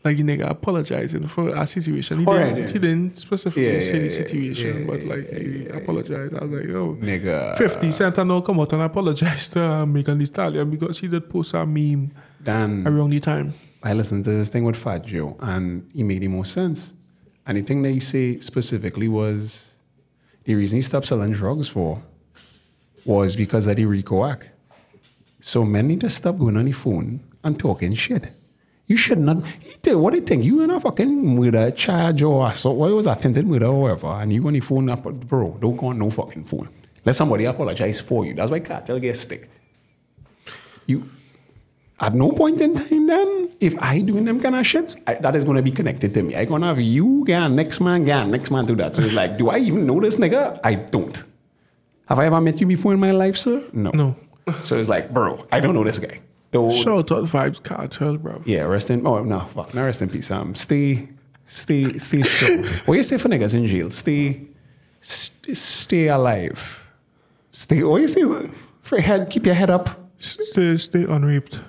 like the nigga apologizing for our situation. He, Oh, didn't, yeah, yeah. he didn't specifically Yeah, say yeah, the yeah, situation, yeah, but yeah, like yeah, he yeah, apologized. I was like, yo, Nigga. 50 Cent and all come out and apologize to uh, Megan Thee Stallion because she did post a meme Dan, around the time. I listened to this thing with Fat Joe and he made the most sense. And the thing that he say specifically was the reason he stopped selling drugs for was because of the RICO Act. So men need to stop going on the phone and talking shit. You should not. You tell, what do you think? You in a fucking murder charge or assault? What was attempted murder or whatever? And you on the phone, up, bro? Don't go on no fucking phone. Let somebody apologize for you. That's why cartel get stick. You. At no point in time, then, if I doing them kind of shits, I, that is going to be connected to me. I gonna have you gone, next man gone, next man do that. So it's like, do I even know this nigga? I don't. Have I ever met you before in my life, sir? No. So it's like, bro, I don't know this guy. Though, Shout out Vibes Cartel, bro. yeah, rest in. Oh no, fuck, no, rest in peace. Um, stay, stay, stay [laughs] strong. what you say for niggas in jail? Stay, st- stay alive. Stay. What you say? For head, keep your head up. Stay, stay unraped.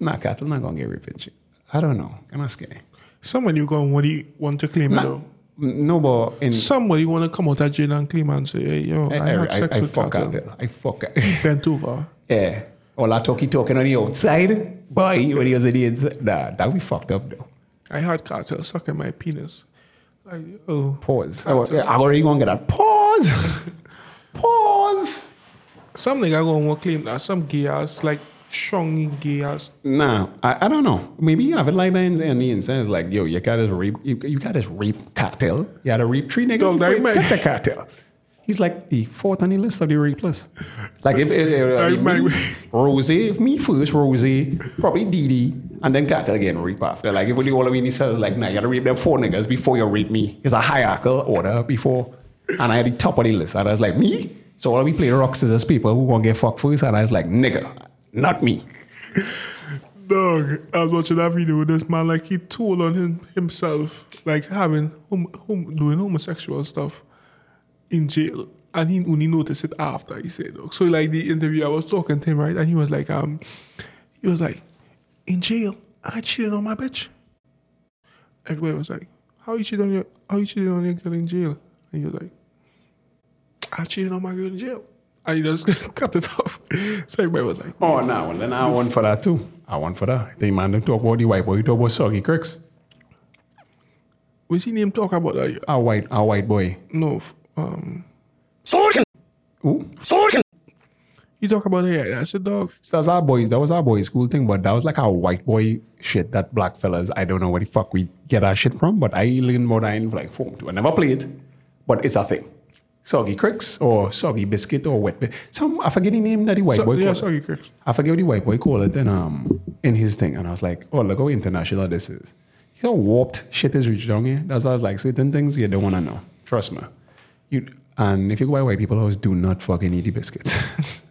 Nah, cat, I'm not gonna get ripped. in jail. I don't know. Can I skinny? Somebody going, what do you want to claim it Nah, though? no, but in Somebody want to come out of jail and claim and say, hey, yo, I, I, I, had I, sex I with fuck Cartel. out. I fuck [laughs] out. Bent over. [laughs] Yeah. All that talky talking on the outside, boy, when he was on the inside. Nah, that would be fucked up though. I had Cartel sucking my penis. Like, oh. Pause. I wa- I already gonna get that. Pause. [laughs] Pause. Some nigga gonna want claim that some gay ass, like strongly gay ass. Nah, I, I don't know. Maybe you have it like that in, in the sense like, yo, you got this rape, you, you got this rape cocktail. You had a rape tree nigga. Dog, that before you reminds- got the cocktail. He's like the fourth on the list of the rape list. Like if, if, if- That if me- reminds- Rosie, if me first, Rosie, probably Dee Dee, and then cocktail again rape after. Like if we do all of it, he says like, nah, you gotta rape them four niggas before you rape me. It's a hierarchical order before, and I had the top of the list. And I was like, me. So all we play rock scissors people who gonna get fucked first, and I was like, nigga, not me. Dog, I was watching that video with this man, like he told on him, himself, like having home, home, doing homosexual stuff in jail. And he only noticed it after he said, dog. So like the interview, I was talking to him, right? And he was like, um, he was like, in jail, I cheated on my bitch. Everybody was like, how you cheated on your how you cheated on your girl in jail? And you're like, I cheated on my girl in jail. And he just [laughs] cut it off. So everybody was like, Oh, no. And then I want for that too. I want for that. They man don't talk about the white boy. You talk about soggy cricks. we seen him talk about that. Our white, our white boy. No, f- um, Ooh. you talk about it. Yeah, I said, dog, So that's our boy. That was our boy school thing, but that was like our white boy shit that black fellas. I don't know where the fuck we get our shit from, but I learned more than I in like form two. I never played, but it's a thing. Soggy cricks or soggy biscuit or wet. Bi- Some I forget the name that the white so, boy. yeah, calls it. sorry, Chris. I forget what the white boy called it and um in his thing. And I was like, oh look how international this is. You know warped shit is reached down here. That's why I was like, certain things you don't wanna know. Trust me. You and if you go by white people always do not fucking eat the biscuits. [laughs]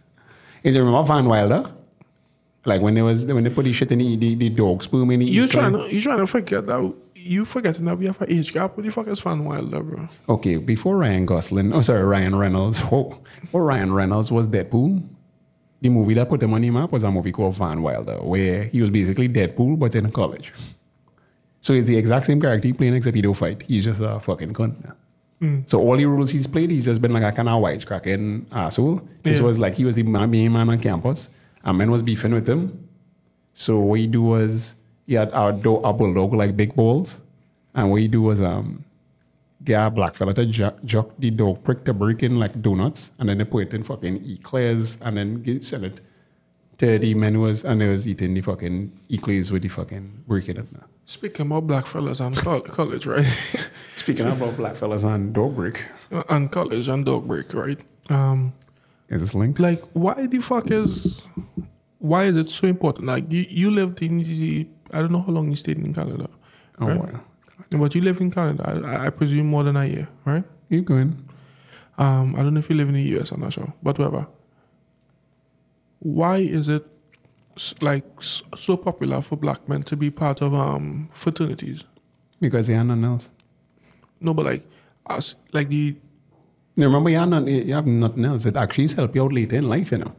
If you remember Van Wilder? Like when they was when they put the shit in the, the, the dog sperm in the You each trying one. to you trying to forget that you forgetting that we have an age gap. What the fuck is Van Wilder, bro? Okay, before Ryan Gosling, oh sorry, Ryan Reynolds. [laughs] Whoa. Before Ryan Reynolds was Deadpool. The movie that put him on the map was a movie called Van Wilder, where he was basically Deadpool but in college. So it's the exact same character he playing except he don't fight. He's just a fucking cunt. now. So all the roles he's played, he's just been like a kind of wisecracking asshole. This Yeah. was like he was the man, main man on campus. A man was beefing with him. So what he do was he had our, do- a bulldog like big balls, and what he do was um get a black fella to ju- jock the dog prick to break in like donuts, and then they put it in fucking eclairs, and then get, send it to the men who was and they was eating the fucking eclairs with the fucking breaking it now. Speaking about black fellas and col- [laughs] college, right? Speaking about black fellas and dog brick, and college and dog break, right? Um, is this linked? like why the fuck is why is it so important? Like you, you lived in the I don't know how long you stayed in Canada, Oh, right? wow. But you live in Canada, I- I, I presume more than a year, right? Keep going. Um, I don't know if you live in the US, I'm not sure, but whatever. Why is it s- like s- so popular for black men to be part of um fraternities? Because they are none else. No, but like us, like the Now, Remember, you, are not, you have nothing else. It actually helps you out later in life, you know.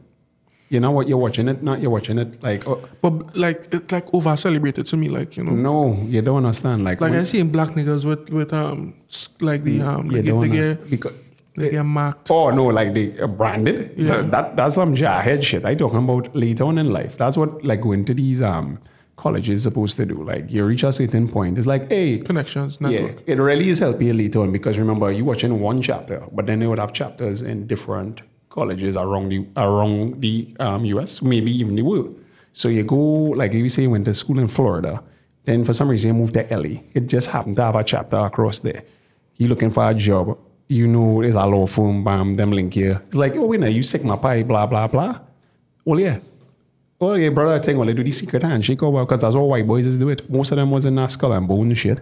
You know what? You're watching it, not you're watching it like, oh, but like it's like over celebrated to me, like you know. no, you don't understand. Like, Like when- I see in black niggas with with um s- like the um you they, get, don't they, get, understand. Because, they get marked. oh, no, like they uh, branded. Yeah. Th- That, that's some jarhead shit I talking about later on in life. That's what like going to these um colleges is supposed to do. Like, you reach a certain point. It's like, hey, Connections network. Yeah, it really is helping you later on because remember you watching one chapter, but then they would have chapters in different colleges around the around the um, U.S., maybe even the world. So you go like you say you went to school in Florida, then for some reason you moved to LA. It just happened to have a chapter across there. You looking for a job? You know there's a law firm, bam, them link here. It's like oh wait, now you sigma pi, blah blah blah. Well yeah. Oh yeah, brother, I think well they do the secret handshake over because that's what white boys is do it. Most of them was in that skull and bone shit.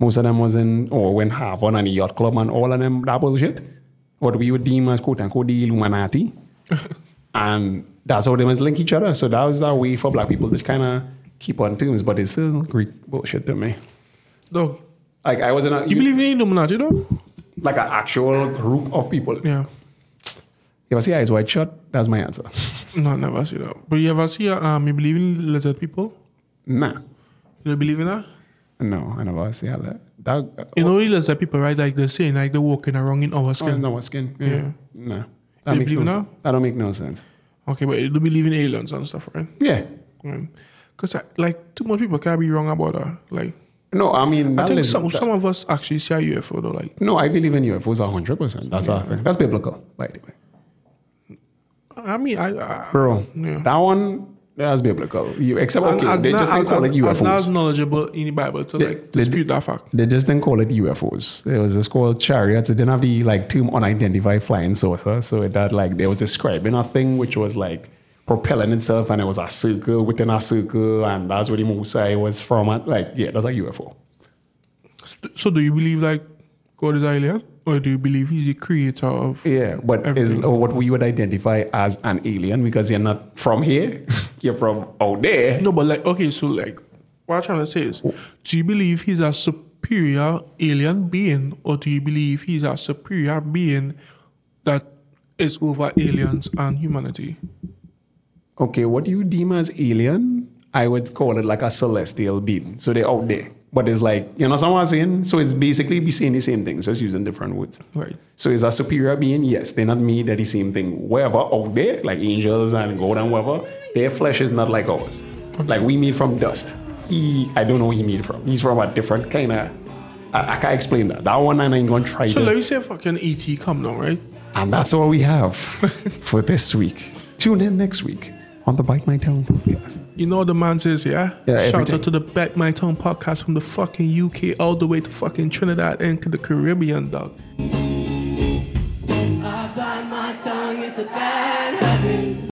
Most of them was in or when Harvard and the yacht club and all of them that bullshit. What we would deem as quote unquote the [laughs] Illuminati. and that's how they must link each other. So that was that way for black people to kinda keep on terms, but it's still Greek bullshit to me. Dog, Like I wasn't a, you believe in the Illuminati, dog? like an actual group of people. Yeah. If I see eyes wide shut, that's my answer. [laughs] No, I never see that. But you ever see uh, um you believe in lizard people? nah. You believe in that? No, I never see how that that You know, lizard people, right? Like they're saying, like they're walking around in our Oh, skin. no, what skin? Yeah. Yeah. No. That You makes no believe sense. That don't make no sense. Okay, but you do believe in aliens and stuff, right? Yeah. Because like too much people can be wrong about that. Like No, I mean, I that think is- some that- some of us actually see a UFO though. Like no, I believe in UFOs 100%. That's our thing. That's biblical, by the way. I mean, I, I Bro, Yeah. that one, that's biblical. You, except, okay, they just didn't call it As not as UFOs. knowledgeable in the Bible to They- like they- dispute that fact. They just didn't call it UFOs. It was just called chariots. It didn't have the like term unidentified flying saucer. So it had like, they was describing a thing which was like propelling itself and it was a circle within a circle and that's where the Mosai was from. Like, yeah, that's a UFO. So do you believe like God is alien, or do you believe he's the creator of? Yeah, but is or what we would identify as an alien because you're not from here, [laughs] you're from out there. No, but like okay, so like what I'm trying to say is, do you believe he's a superior alien being, or do you believe he's a superior being that is over aliens and humanity? Okay, what do you deem as alien? I would call it like a celestial being. So they're out there. But it's like, you understand what I'm saying? So it's basically be saying the same things, just using different words. Right. So is a superior being? Yes, they're not made at the same thing. Wherever out there, like angels and God and whatever, their flesh is not like ours. Like we made from dust. He, I don't know where he made from. He's from a different kind of. I, I can't explain that. That one I ain't gonna try. So to- let me say fucking ET come down, right? and that's all we have for this week. Tune in next week on the Bite My Tongue podcast. You know what the man says, yeah? Yeah, every Shout time. out to the Back My Tongue podcast from the fucking UK all the way to fucking Trinidad and to the Caribbean, dog. I bite my tongue, it's a bad